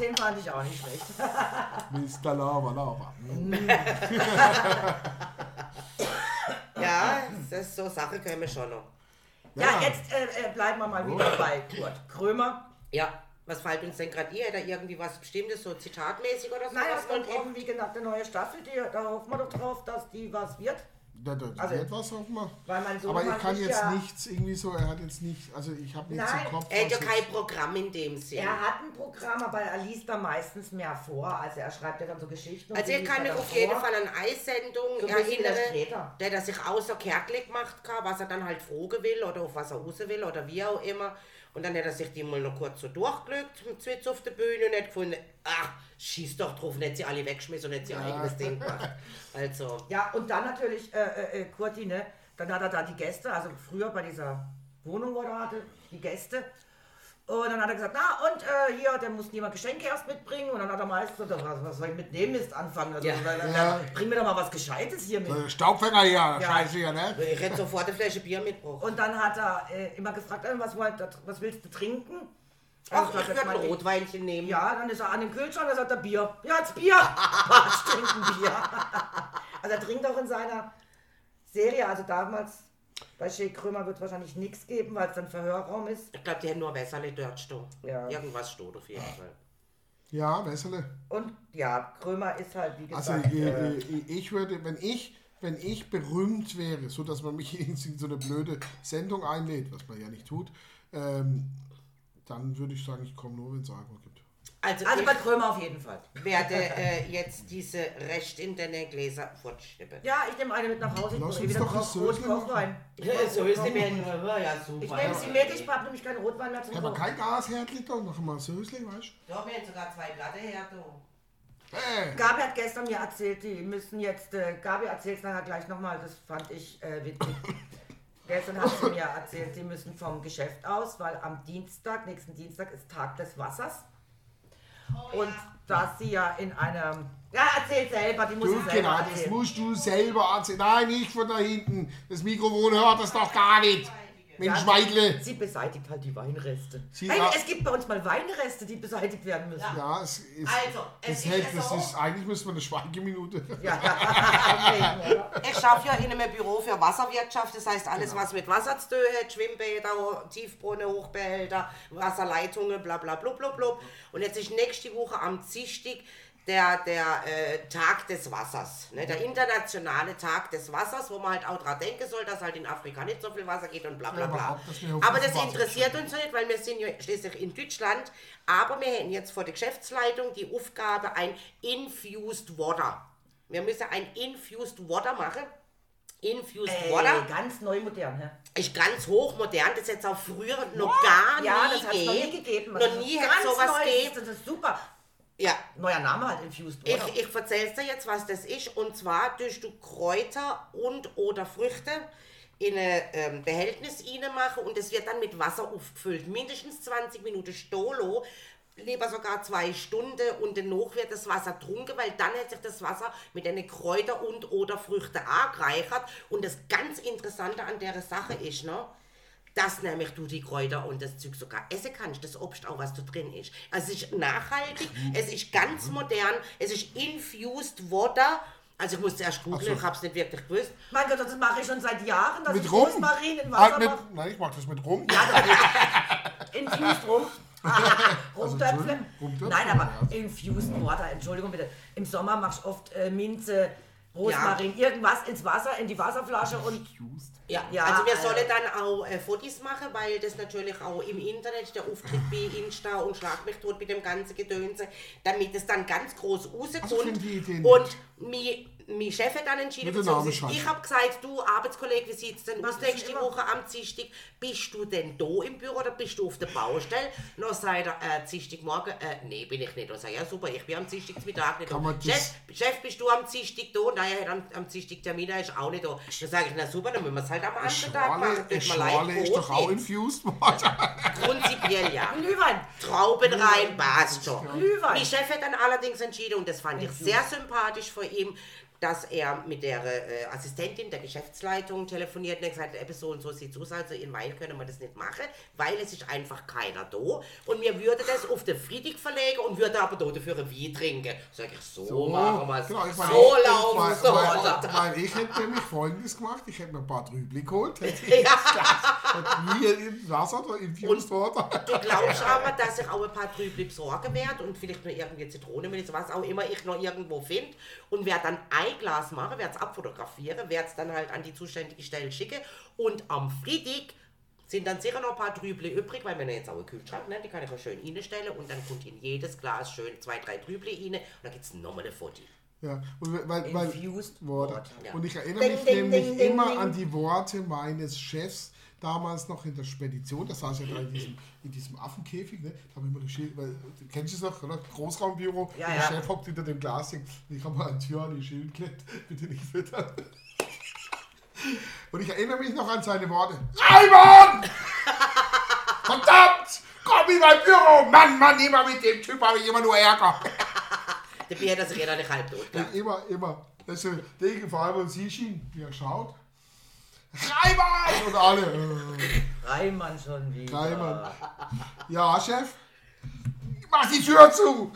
den fand ich auch nicht schlecht.
Mr. Lava Lava.
ja das, so Sachen können wir schon noch.
Ja, jetzt äh, äh, bleiben wir mal wieder bei Kurt Krömer.
Ja, was fällt uns denn gerade ihr? Hätte irgendwie was Bestimmtes, so zitatmäßig oder so?
Nein,
was
es kommt
man
eben, wie gesagt, eine neue Staffel, die, da hoffen wir doch drauf, dass die was wird.
Da, da, da
Also,
wird was auf mal.
weil mein Sohn
Aber ich
hat
kann
sich
jetzt
ja-
nichts irgendwie so, er hat jetzt nicht, also ich habe nichts
Nein,
im Kopf.
Er hat ja
was
kein
jetzt-
Programm in dem Sinn.
Er hat ein Programm, aber er liest da meistens mehr vor. Also er schreibt ja dann so Geschichten. und
Also
die
ich
liest
kann mich
er dann
auf jeden
vor.
Fall an Eissendung
So ein bisschen der
erinnere,
Streter.
der, der sich außer Kerkle gemacht hat, was er dann halt fragen will oder auf was er raus will oder wie auch immer. Und dann hat er sich die mal noch kurz so durchgelegt, mit Zwitz auf der Bühne und hat gefunden, ach, schieß doch drauf, nicht sie alle wegschmissen und nicht sie ihr eigenes Ding gemacht. Also,
Ja, und dann natürlich äh, äh, Kurti, ne? Dann hat er da die Gäste, also früher bei dieser Wohnung, wo er hatte, die Gäste. Und dann hat er gesagt, na und äh, hier, der muss niemand Geschenke erst mitbringen. Und dann hat er meistens gesagt, was, was soll ich mit dem Mist anfangen? Also,
Ja.
weil- weil-
Ja.
Bring mir doch mal was Gescheites hier mit.
Äh, Staubfänger hier, scheiße hier, ne?
ich hätte sofort eine Flasche Bier mitgebracht.
Und dann hat er äh, immer gefragt, äh, was, wollt, ihr- was willst du trinken?
Ach,
Also,
ich
das
würde
meinte
ein Rotweinchen nehmen.
Ja, dann ist er an den Kühlschrank, dann sagt er Bier. Ja, jetzt Bier. Bartsch trinkt ein Bier. Also er trinkt auch in seiner Serie, also damals bei Shea Krömer wird wahrscheinlich nichts geben, weil es dann Verhörraum ist.
Ich glaube, die hätten nur Wässerle dort stehen.
Ja.
Irgendwas steht auf jeden Fall.
Ja, Wessele.
Und ja, Krömer ist halt, wie gesagt,
Also ich,
äh,
ich, ich würde, wenn ich, wenn ich berühmt wäre, so dass man mich in so eine blöde Sendung einlädt, was man ja nicht tut, ähm, dann würde ich sagen, ich komme nur, wenn es Alkohol gibt.
Also,
also
ich
bei Krömer auf jeden Fall.
werde äh, jetzt diese recht in deine Gläser fortschippen.
Ja, ich nehme eine mit nach Hause, ich
Lass
muss eh
uns
wieder
doch
Koch-
das
Rot-
Sösle
Kochwein.
so ist die Band. Ja, super.
Ich nehme sie mit, ich habe nämlich keinen Rotwein mehr zum
Haben wir
Kochen.
kein Gasherdli da, noch mal Sösli, weißt du?
Da haben jetzt sogar zwei Platten her, du.
Hey.
Gabi hat gestern mir erzählt, die müssen jetzt, äh, Gabi erzählt es nachher gleich nochmal, das fand ich äh, witzig. gestern hat sie mir erzählt, sie müssen vom Geschäft aus, weil am Dienstag, nächsten Dienstag ist Tag des Wassers.
Oh,
Und dass sie ja in einem, ja erzähl selber, die muss
Du,
sie selber
genau, das
erzählen.
musst du selber erzählen. Nein, nicht von da hinten. Das Mikrofon hört das doch gar nicht.
Ja,
Mensch, Weidle.
Sie beseitigt halt die Weinreste.
Sie
hey,
sa-
es gibt bei uns mal Weinreste, die beseitigt werden müssen.
Ja, es ist.
Also, es
das
ist
hält, das
so-
ist eigentlich müsste man eine Schweigeminute.
Ja, deswegen, oder?
Ich schaffe ja in einem Büro für Wasserwirtschaft, das heißt alles, was mit Wasser zu tun hat, Schwimmbäder, Ho- Tiefbrunnen, Hochbehälter, Wasserleitungen, bla bla blub blub blub. Und jetzt ist nächste Woche am Zichtig der, der äh, Tag des Wassers, ne? der internationale Tag des Wassers, wo man halt auch dran denken soll, dass halt in Afrika nicht so viel Wasser geht und bla bla
Ja,
bla.
überhaupt, dass wir auf
Aber
das
das
Wasser
interessiert uns nicht, weil wir sind ja schließlich in Deutschland, aber wir hätten jetzt vor der Geschäftsleitung die Aufgabe ein Infused Water. Wir müssen ein Infused Water machen. Infused
Ey,
Water
ganz neu modern, hä?
ist ganz hochmodern, das jetzt auch früher noch gar
Ja,
nie
das hat es noch nie gegeben.
Noch nie
ist
hat
ganz
sowas
neu.
gegeben.
Das ist super.
Ja,
Neuer Name halt, Infused Water.
ich, ich erzähl's dir jetzt, was das ist. Und zwar tust du Kräuter und oder Früchte in ein ähm, Behältnis reinmachen und es wird dann mit Wasser aufgefüllt. Mindestens 20 Minuten Stolo, lieber sogar zwei Stunden und danach wird das Wasser trunken, weil dann hat sich das Wasser mit den Kräuter und oder Früchte angereichert. Und das ganz Interessante an der Sache ist, ne? dass nämlich du die Kräuter und das Zeug sogar essen kannst, das Obst auch, was da drin ist. Also es ist nachhaltig, es ist ganz
mhm.
modern, es ist infused water. Also ich musste erst googeln,
Ach so.
ich habe es nicht wirklich gewusst.
Mein Gott, das mache ich schon seit Jahren, dass
Mit
ich
Rum?
Rosmarin in
Ah,
Wasser mache.
mit, nein, ich mach das mit Rum.
Infused Rum. Rumtöpfle.
Rumtöpfle,
Nein, aber
Also ja.
Infused Water, Entschuldigung bitte. Im Sommer machst du oft äh, Minze, Rosmarin, irgendwas ins Wasser, in die Wasserflasche und
Ja,
Ja,
also wir
also-
sollen dann auch äh, Fotos machen, weil das natürlich auch im Internet, der Auftritt bei Insta und Schlag mich tot mit dem ganzen Gedönse, damit es dann ganz groß rauskommt.
Also ich finde die Idee nicht.
und mi, mi Chef hat dann entschieden,
Mit dem Namen
beziehungsweise ich
scheiße.
habe gesagt, du Arbeitskollege, wie sieht's denn aus
das
nächste
immer.
Woche am Dienstag? Bist du denn da im Büro oder bist du auf der Baustelle? Noch sagt er, äh, Dienstagmorgen, äh, nee, bin ich nicht. Da sag ich, ja super, ich bin am Dienstagmittag nicht
Kann
da.
man das-
Chef, Chef, bist du am Dienstag da? Nein, er hat am, am Dienstag Termin, er ist auch nicht da. Dann sage ich, na super, dann müssen wir es halt am anderen Tag machen.
Schorle,
Tut mir
Schorle
leid,
ist doch auch
Brot nicht.
infused water.
Prinzipiell ja.
Glühwein.
Trauben rein, passt schon.
Glühwein.
Mein Chef hat dann allerdings entschieden, und das fand ich sehr sympathisch von ihm, dass er mit der äh, Assistentin der Geschäftsleitung telefoniert und er gesagt hat, eben so und so sieht's aus, also in Weil können wir das nicht machen, weil es ist einfach keiner da und wir würden das auf den Friedrich verlegen und würden aber da dafür ein Wein trinken. Sag ich, so, machen wir es.
Genau, ich meine,
so
ich-
laufen
ich
so.
meine, ich, meine, ich hätte nämlich Folgendes gemacht, ich hätte mir ein paar Trüble geholt, hätte ich und hier in Wasser, da infused water.
Du glaubst aber, dass ich auch ein paar Trüble besorgen werde und vielleicht noch irgendwie Zitronenmilch, was auch immer ich noch irgendwo finde und werde dann ein Glas machen, werde es abfotografieren, werde es dann halt an die zuständige Stelle schicken und am Freitag sind dann sicher noch ein paar Trüble übrig, weil wir haben jetzt auch einen Kühlschrank, ne? die kann ich auch schön reinstellen und dann kommt in jedes Glas schön zwei, drei Trüble rein und dann gibt es nochmal eine Foti.
Ja, und weil, weil,
Infused
Water.
Ja.
Und ich erinnere
Ding,
mich
ding,
nämlich
ding, ding,
immer
ding.
an die Worte meines Chefs damals noch in der Spedition. Das saß ja da in diesem, in diesem Affenkäfig. Ne? Da habe ich immer geschildert, weil du kennst es noch, oder? Großraumbüro.
Ja,
und der
ja.
Chef hockt hinter dem Glasding. Und ich habe mal an die Tür an die Schild geklebt. Bitte nicht füttern. Und ich erinnere mich noch an seine Worte. Reimann! Verdammt! Komm in mein Büro! Mann, Mann, immer mit dem Typ habe ich immer nur Ärger.
Dabei hat er sich jeder nicht halb tot gehabt.
Immer, immer. Das ist der vor allem, wenn sie schien, wie er schaut. Reimann! Und alle. Äh,
Reimann schon wieder.
Reimann. ja, Chef. Mach die Tür zu!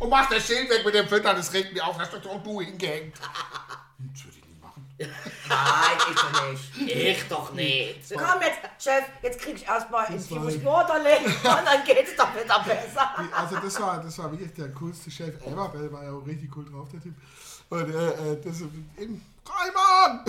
Und mach das Schild weg mit dem Füttern, das regt mir auf. Das hast doch auch du hingehängt. Hm, Das würde ich nie machen.
Nein, ich doch nicht.
Ich doch nicht.
Komm jetzt, Chef, jetzt krieg ich erstmal Infused
war-
Water leer und dann geht's doch wieder besser.
Also das war, das war wirklich der coolste Chef ever, weil der war ja auch richtig cool drauf, der Typ. Und äh, äh, das ist eben. Reimann!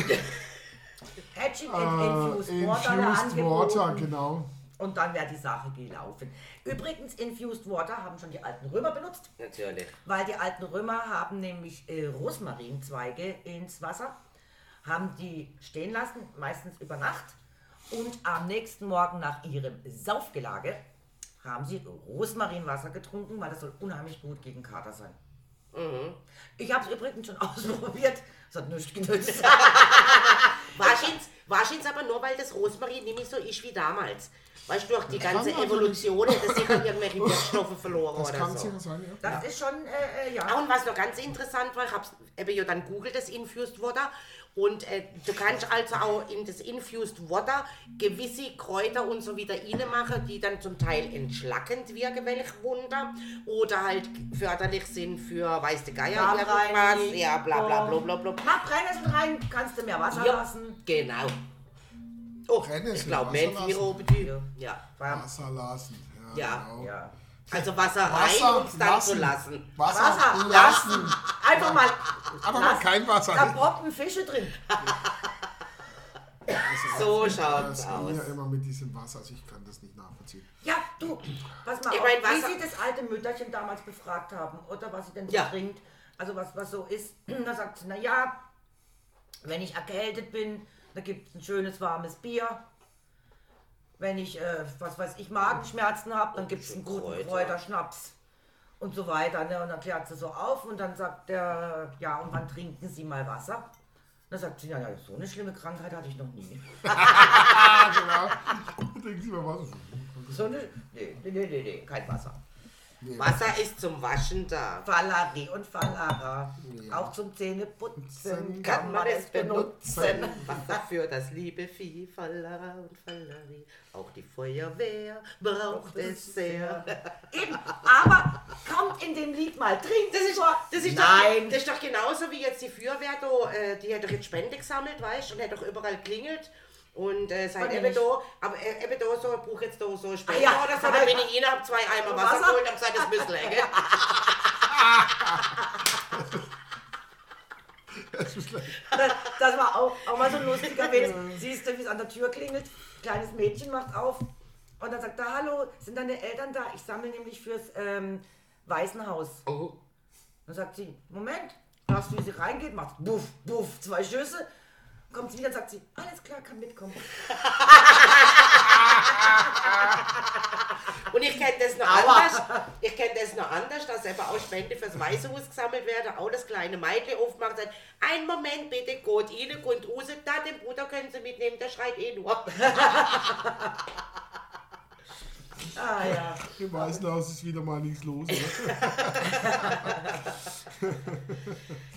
Hatching
Äh,
Infused Water
infused Water,
angeboten.
genau.
Und dann wäre die Sache gelaufen. Übrigens, Infused Water haben schon die alten Römer benutzt,
Natürlich.
weil die alten Römer haben nämlich äh, Rosmarinzweige ins Wasser, haben die stehen lassen, meistens über Nacht. Und am nächsten Morgen nach ihrem Saufgelage haben sie Rosmarinwasser getrunken, weil das soll unheimlich gut gegen Kater sein. Ich habe es übrigens schon ausprobiert. Es hat nichts genützt.
Wahrscheinlich, wahrscheinlich aber nur, weil das Rosmarin nämlich so ist wie damals. Weißt du, durch die ganze
kann man
Evolution, das sind dann irgendwelche Wirkstoffe verloren
Das kann
oder so.
sicher sein, ja.
Das ist schon, äh, äh, ja.
Ah, und was noch ganz interessant war, ich hab's eben ja dann googelt, das Infused Water. Und äh, du kannst also auch in das Infused Water gewisse Kräuter und so wieder reinmachen, die dann zum Teil entschlackend wirken, welch Wunder. Oder halt förderlich sind für, weiß der Geier, irgendwas. Ja, bla bla bla bla bla.
Mach Brennnessel rein, kannst du mehr Wasser
Ja,
lassen.
genau. Oh,
Brennnessel
ich glaube,
also
Wasser
Mehltiro, ja.
Bam.
Wasser lassen.
Ja.
genau.
Ja.
Also Wasser, rein
Wasser
und dann zu lassen.
Wasser,
Wasser
lassen. Also
Einfach mal.
Aber mal kein Wasser.
Da poppen Fische drin.
So
das
schaut's
ging
aus.
ja immer mit diesem Wasser. Also ich kann das nicht nachvollziehen.
Ja, du, pass mal
Ich
auf,
mein,
wie
Wasser-
sie das alte Mütterchen damals befragt haben oder was sie denn so
Ja.
trinkt. Also was, was so ist. Da sagt sie, naja, wenn ich erkältet bin, da gibt es ein schönes warmes Bier. Wenn ich, äh, was weiß ich, Magenschmerzen habe, dann gibt es einen guten
Kräuter.
Kräuterschnaps. und so weiter. Ne? Und dann klärt sie so auf und dann sagt er, ja, und wann trinken Sie mal Wasser? Und dann sagt sie, ja, ja, so eine schlimme Krankheit hatte ich noch nie.
Ah, genau. Denkst du mir was?
So eine, nee, nee, nee, nee, nee kein Wasser.
Wasser ist zum Waschen da.
Valerie und Valara, auch zum Zähneputzen kann man es benutzen.
Wasser für das liebe Vieh, Fallara und Fallari. Auch die Feuerwehr braucht es sehr.
Eben, aber kommt in dem Lied mal, trinkt
Das ist,
vor.
das, ist
Nein.
Doch, das ist doch genauso wie jetzt die Feuerwehr da, äh, die hat doch jetzt Spende gesammelt, weißt du, und hat doch überall klingelt. Und äh, seit
Fand ich
eben
nicht.
da, aber äh, eben da so, braucht jetzt da so Spende
Ah ja,
oder so, dann bin ich rein, hab zwei Eimer genau. Wasser,
Wasser?
geholt, hab gesagt, das müssen wir, gell?
Das ist gleich.
Das, das war auch, auch mal so ein lustiger Witz. Siehst du, wie es an der Tür klingelt? Kleines Mädchen macht auf und dann sagt er, hallo, sind deine Eltern da? Ich sammle nämlich fürs ähm, Waisenhaus.
Oh.
Dann sagt sie, Moment, darfst du, wie sie reingeht? Macht buff, buff, zwei Schüsse. Kommt sie wieder und sagt sie, alles klar, kann mitkommen.
Und ich kenne das noch
Aua.
anders. Ich kenne das noch anders, dass eben auch Spende fürs Weißhaus gesammelt werden. Auch das kleine Mädchen aufmacht und sagt, ein Moment bitte, geht rein, geht raus, da den Bruder können Sie mitnehmen, der schreit eh nur.
Ah ja.
Im Weißenhaus ist wieder mal nichts los. ne? Oder?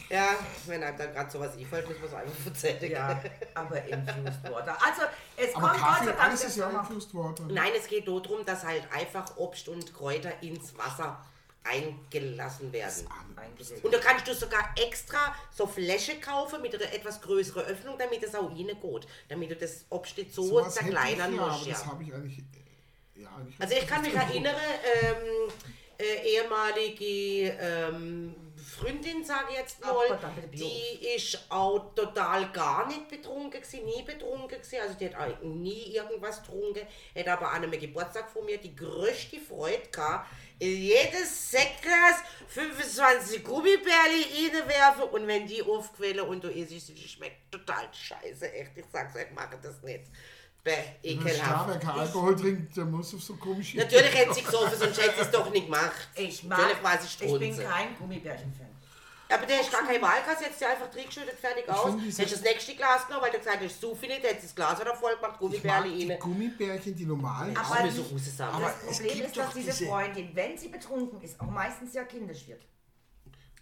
Ja, wenn einem dann gerade sowas einfällt, muss man es einfach erzählen.
Ja, aber Infused Water. Also, es
Aber
kommt Gott
Kaffee,
sei
und
Dank
alles
der
ist ja
Sommer.
beeinflusst worden.
Nein, es geht darum, dass halt einfach Obst und Kräuter ins Wasser eingelassen werden.
Eingesetzt.
Und da kannst du sogar extra so Fläche kaufen mit einer etwas größeren Öffnung, damit es auch reingeht. Damit du das Obst nicht so
Sowas hätte ich
zerkleinern
ja,
musst.
aber
Ja.
Das habe ich eigentlich. Ja, eigentlich
Also ich kann mich erinnern, ähm, äh, ehemalige ähm, Freundin, sage ich jetzt
Ach
mal,
Gott, danke, Bio.
die ist auch total gar nicht betrunken gewesen, nie betrunken gewesen, also die hat auch nie irgendwas getrunken, hat aber an einem Geburtstag von mir die größte Freude gehabt, in jedes Sektglas 25 Gummibärli reinwerfen und wenn die aufquellen und du isst, sie die schmeckt total scheiße, echt, ich sag's euch, mache das nicht. Bäh,
Wenn
ekelhaft.
Starwerker Alkohol trinkt, der muss auf so komische.
Natürlich hätte sie gesoffen, sonst hätte sie es doch nicht gemacht.
Ich
Natürlich
mag,
war sie
ich bin
strunze.
kein Gummibärchen-Fan.
Aber der ist gar kein Wahlkass, jetzt der einfach drin geschüttet, fertig aus.
finde, diese-
Hättest das nächste Glas genommen, weil du gesagt hast, so viel nicht, hättest das Glas wieder voll gemacht,
Ich mag
Gummibärli
die
rein.
Gummibärchen, die normalen.
Aber
auch.
Müssen wir so raussammeln.
Aber
Das
es
Problem
gibt
ist, dass
doch
diese
diese-
Freundin, wenn sie betrunken ist, auch meistens ja kindisch wird.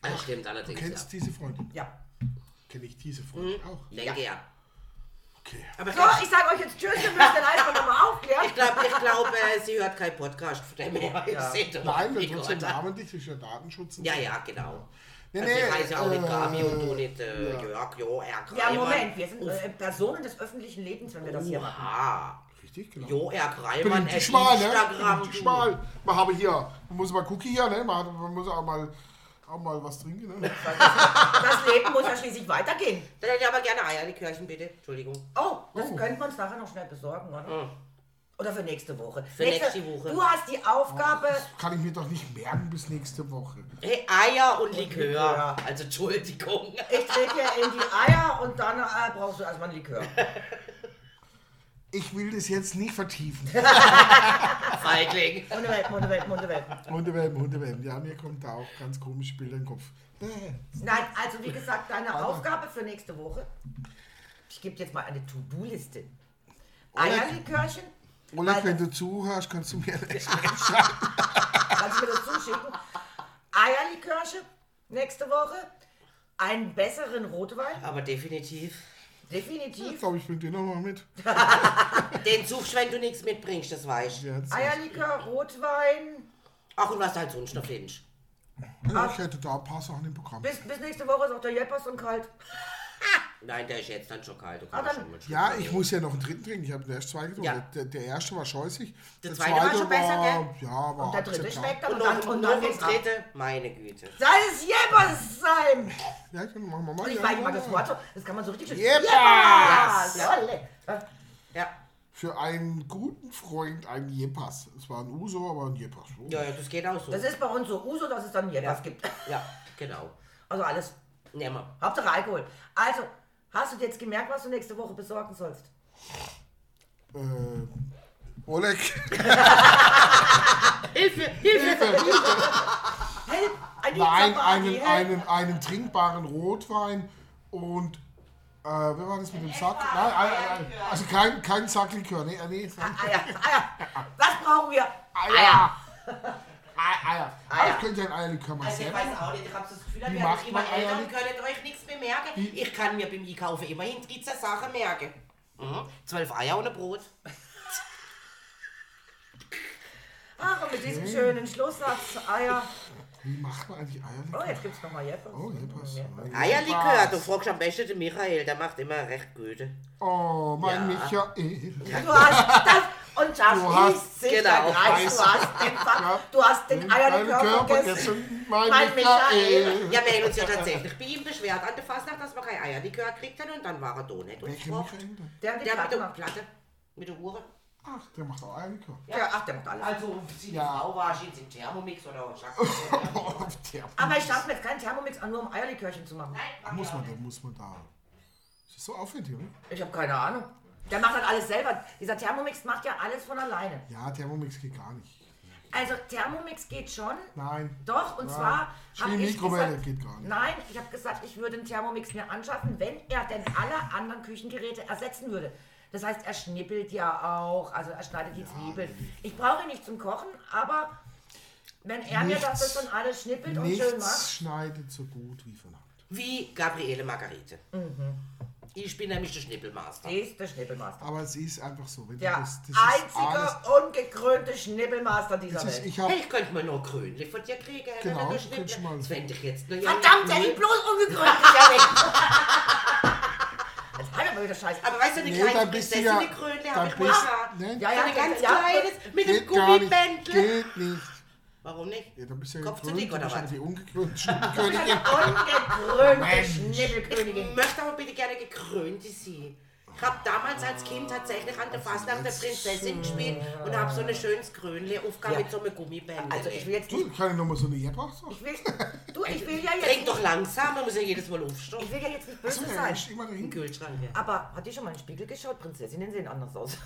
Ah, Das stimmt allerdings,
Kennst diese Freundin?
Ja.
Kenne ich diese Freundin auch?
ja. Denke ja.
Okay.
Aber ich
So,
glaube,
ich sage euch jetzt Tschüss, wir müssen den Eisball nochmal aufklären.
ich glaub, ich glaub, äh, sie hört keinen Podcast von dem her. Ich
Ja.
seh doch,
Nein,
wie
wir trotzdem
Gott.
namentlich, das ist ja Datenschutz. und
Ja,
so.
ja, genau.
Nee,
also ich
nee,
heiße ja auch nicht
äh,
Gabi und du nicht äh,
ja.
Jörg, Jo, R. Kreimann.
Ja, Moment, wir sind äh, Personen des öffentlichen Lebens, wenn wir das hier machen.
Ah,
Richtig, genau.
Jo, R. Kreimann,
Beliebte
at
Schmal, ne?
Instagram.
Beliebte Schmal. Man habe hier, man muss mal gucken hier, ne? Man, hat, man muss auch mal, auch mal was trinken, ne?
Das Leben muss ja schließlich weitergehen.
Dann hätte ich aber gerne Eier, die Kirchen bitte. Entschuldigung.
Oh, das
Oh.
könnten wir uns nachher noch schnell besorgen, oder? Oder für nächste Woche. Für
Oh. nächste Woche. Oh.
Du hast die Aufgabe.
Das kann ich mir doch nicht merken bis nächste Woche.
Hey, Äh, Eier und Likör.
Likör.
Also Entschuldigung.
Ich trete dir in die Eier und dann äh, brauchst du erstmal einen Likör.
Ich will das jetzt nicht vertiefen.
Feigling.
Munde weg, Munde weg, Munde weg.
Hundewelpen, Hundewelpen. Ja, mir kommt da auch ganz komische Bilder in den Kopf. Äh,
Nein, also wie gesagt, deine Aufgabe für nächste Woche. Ich gebe jetzt mal eine To-Do-Liste. Eierlikörchen,
Oleg, wenn du zuhörst, kannst du mir das
kannst du mir das zuschicken? Eierlikörchen, nächste Woche. Einen besseren Rotwein,
Aber definitiv.
Ich
definitiv.
glaube, ich bringe dir nochmal mit.
Den suchst, wenn du nichts mitbringst, das weißt du.
Jetzt.
Eierlikör, Rotwein.
Ach, und was halt sonst noch findest.
Ja, ich hätte da ein paar Sachen im Programm.
Bis, bis nächste Woche ist auch der Jeppers und kalt.
Nein, der ist jetzt dann schon kalt. Du
Ah,
kannst
dann-
schon mal schlucken.
Ja, ich muss ja noch einen dritten trinken. Ich habe erst zwei getrunken.
Ja.
Der, der erste war scheußig.
Der zweite war schon besser,
gell? Ja, war
Und der dritte
akzeptabel.
schmeckt dann
Oh, Und noch, und noch
geht's
ins
ab.
dritte. Meine Güte.
Soll es Jeppers sein?
Ja, dann machen wir mal.
Und ich
ja,
mag, ich mag
ja.
das Wort so. Das kann man so richtig schön.
Jeppers!
Jawolle.
Ja.
Für einen guten Freund ein Jepass. Es war ein Uso, aber ein Jepass. Oh.
Ja, ja, das geht auch so.
Das ist bei uns so Uso, dass es dann Jeppers
Ja.
gibt.
ja, genau.
Also alles.
Nehmen wir.
Hauptsache Alkohol. Also, hast du dir jetzt gemerkt, was du nächste Woche besorgen sollst?
Äh, Oleg,
Hilfe, Hilfe.
ein Liedsache,
Nein,
die
einen,
hält-
einen, einen trinkbaren Rotwein und. Äh, wer war das mit dem Sack? Nein, ein, ein, also kein, kein Sacklikör. Nee, äh, nee, Sack.
Eier, Eier. ah Was brauchen wir?
Eier! Ei- Eier. Aber ich könnte ein Eierlikör mal
Also ich
selber.
weiß auch nicht, ich habe das Gefühl,
Wie
ihr
macht
werdet immer
man
älter
Eier
und könnt euch nichts mehr merken. Ich kann mir beim Einkaufen immerhin 13 Sachen merken. Mhm. Zwölf Eier und ein Brot.
Ach, Ah, und mit diesem schönen Schlusssatz, Eier.
Wie macht man eigentlich
Oh,
Eierlikör?
jetzt gibt's nochmal Jeppes.
Oh, Jeppas.
Eierlikör, du fragst am besten den Michael, der macht immer recht Güte.
Oh, mein
Ja.
Michael.
Du hast das und das
Du hast-
liest sich
genau,
dann reiß. Du
weiß.
hast den, Fa- du hast den Eierlikör vergessen.
mein,
Mein
Michael.
Ja, wir haben uns ja tatsächlich bei ihm beschwert an der Fasnacht, dass wir kein Eierlikör gekriegt haben und dann war er da nicht. Und
Welcher
gefragt.
Michael denn?
Der hat die
Der mit
Platte
der
gemacht.
Platte, mit der Uhr.
Ach, der macht auch Eierlikör.
Ja, ach, der macht alles.
Also, sie
Ja.
Frau war sie jetzt im Thermomix oder was?
Oh, der
Aber ich schaffe jetzt keinen Thermomix an, nur um Eierlikörchen zu machen.
muss man, da muss man da. Das ist so aufwendig, oder?
Ich habe keine Ahnung. Der macht halt alles selber. Dieser Thermomix macht ja alles von alleine.
Ja, Thermomix geht gar nicht.
Also Thermomix geht schon.
Nein.
Doch, und
Ja.
zwar habe
Wie
ich
Mikrowelle
gesagt,
geht gar nicht.
nein, ich habe gesagt, ich würde einen Thermomix mir anschaffen, wenn er denn alle anderen Küchengeräte ersetzen würde. Das heißt, er schnippelt ja auch, also er schneidet die Zwiebeln. Ich brauche ihn nicht zum Kochen, aber wenn er mir das
Nichts-
das schon alles schnippelt und schön
Nichts
macht,
schneidet so gut wie von Hand.
Wie Gabriele Margarete.
Mhm.
Ich bin nämlich der Schnippelmaster.
ist der Schnippelmaster.
Aber es ist einfach so. Wenn du
Der
Ah, das, das ist alles,
einzige ungekrönte Schnippelmaster dieser
das ist,
Welt.
ich habe
Hey, ich könnte mir noch Krönli von dir kriegen. Herr
Genau,
Ritter, du
könnte ich mal
Schnippel. Das
so.
fände ich jetzt nur ja
Verdammt,
nicht
der
cool.
liegt bloß ungekrönt. ist ja weg. Jetzt hat er mal wieder Scheiße.
Aber weißt du, eine
Nee,
kleine
dann bist du ja-
Prinzessin, eine Krönli
dann
habe ich mal
bist-
gehabt.
nee.
So
Ja,
eine
ja,
ganz
ja.
kleines mit einem
geht gar nicht.
Gummibändel.
Geht nicht.
Warum nicht?
Ja, da bist du ja
Kopf zu
gekrönt,
dick
du
oder
bist ja
was?
Die ungekrönte Schnippelkönigin.
Ungekrönte
Mensch.
Schnippelkönigin.
Ich möchte aber bitte gerne gekrönte sie. Ich habe damals als Kind tatsächlich an der Fastnacht der Prinzessin gespielt und habe so eine schönes Krönli aufgehabt mit so einem Gummibändel.
Also ich will jetzt nicht.
Du, kann ich nochmal so eine Jepach sagen?
Ich will, du, ich will ja jetzt
Trink doch
nicht,
langsam, man muss ja jedes Mal aufstehen.
ich will ja jetzt nicht
So,
böse
ja,
sein.
ich immer
Im
dahin.
Kühlschrank, ja.
Aber hat ihr schon mal in den Spiegel geschaut? Prinzessinnen sehen anders aus.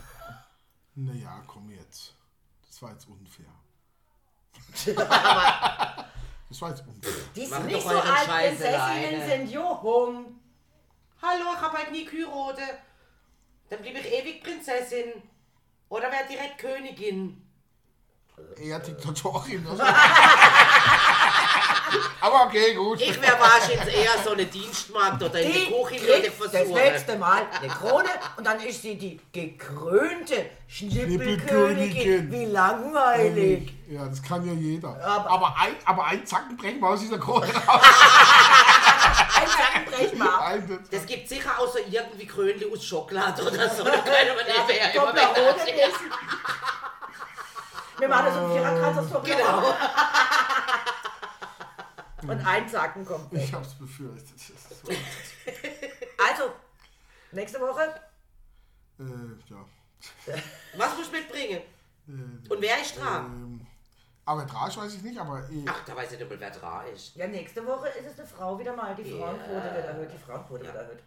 Naja, komm jetzt. Das war jetzt unfair. Das war jetzt unfair.
Die
Macht
sind nicht
doch
so
euren
alt.
Scheiß
Prinzessinnen
alleine.
sind jung.
Hallo, ich hab halt nie Kyrote. Dann blieb ich ewig Prinzessin. Oder wär direkt Königin.
Eher Diktatorin. Also. Aber okay, gut.
Ich wär wahrscheinlich eher so eine Dienstmarkt oder in der
Die
Küche würde ich
kriegt das
versuchen.
nächste Mal eine Krone und dann ist sie die gekrönte Schnippelkönigin.
Schnippelkönigin.
Wie langweilig.
Ähm, Ja, das kann ja jeder.
Aber-
Aber, ein, aber einen Zacken brechen wir aus dieser Krone raus.
Ein Sackenbrech mal.
Ein-
Das gibt sicher außer irgendwie Krönli aus Schokolade oder so. Da können wir nicht mehr immer mehr.
Doppelrote essen. Wir machen das im Viererkreis aus Genau.
Genau.
Und ein Zacken kommt.
Ich hab's befürchtet. Das ist so- Äh,
Also, nächste Woche.
Äh, ja.
Was muss ich mitbringen? Und wer ist dran?
Ähm, aber Drasch weiß ich nicht, aber eh,
Ach, da weiß ich nicht mal, wer dran ist.
Ja, nächste Woche ist es eine Frau wieder mal. Die Frauenquote wird erhöht. Die Frauenquote wird erhöht.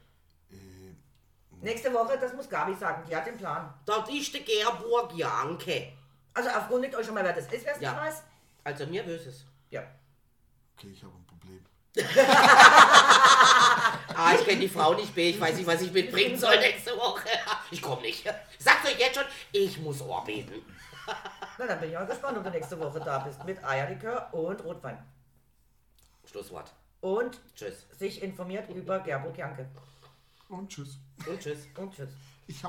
Äh,
Nächste Woche, das muss Gabi sagen. Die hat den Plan.
Dort ist der Gerburg Janke.
Also, erkundigt euch schon mal, wer das ist, wer es
Ja.
nicht weiß.
Also mir wüsste es.
Ja.
okay, ich habe ein Problem.
A, Ah, ich kenne die Frau nicht, B, ich weiß nicht, was ich mitbringen soll nächste Woche. Ich komme nicht. Sagt euch jetzt schon, ich muss Ohr beten.
Na, dann bin ich mal gespannt, ob du nächste Woche da bist. Mit Eierlikör und Rotwein.
Schlusswort.
Und
Tschüss. Mhm.
sich informiert über Gerburg Janke.
Und tschüss.
Und tschüss.
Und tschüss.
Ich habe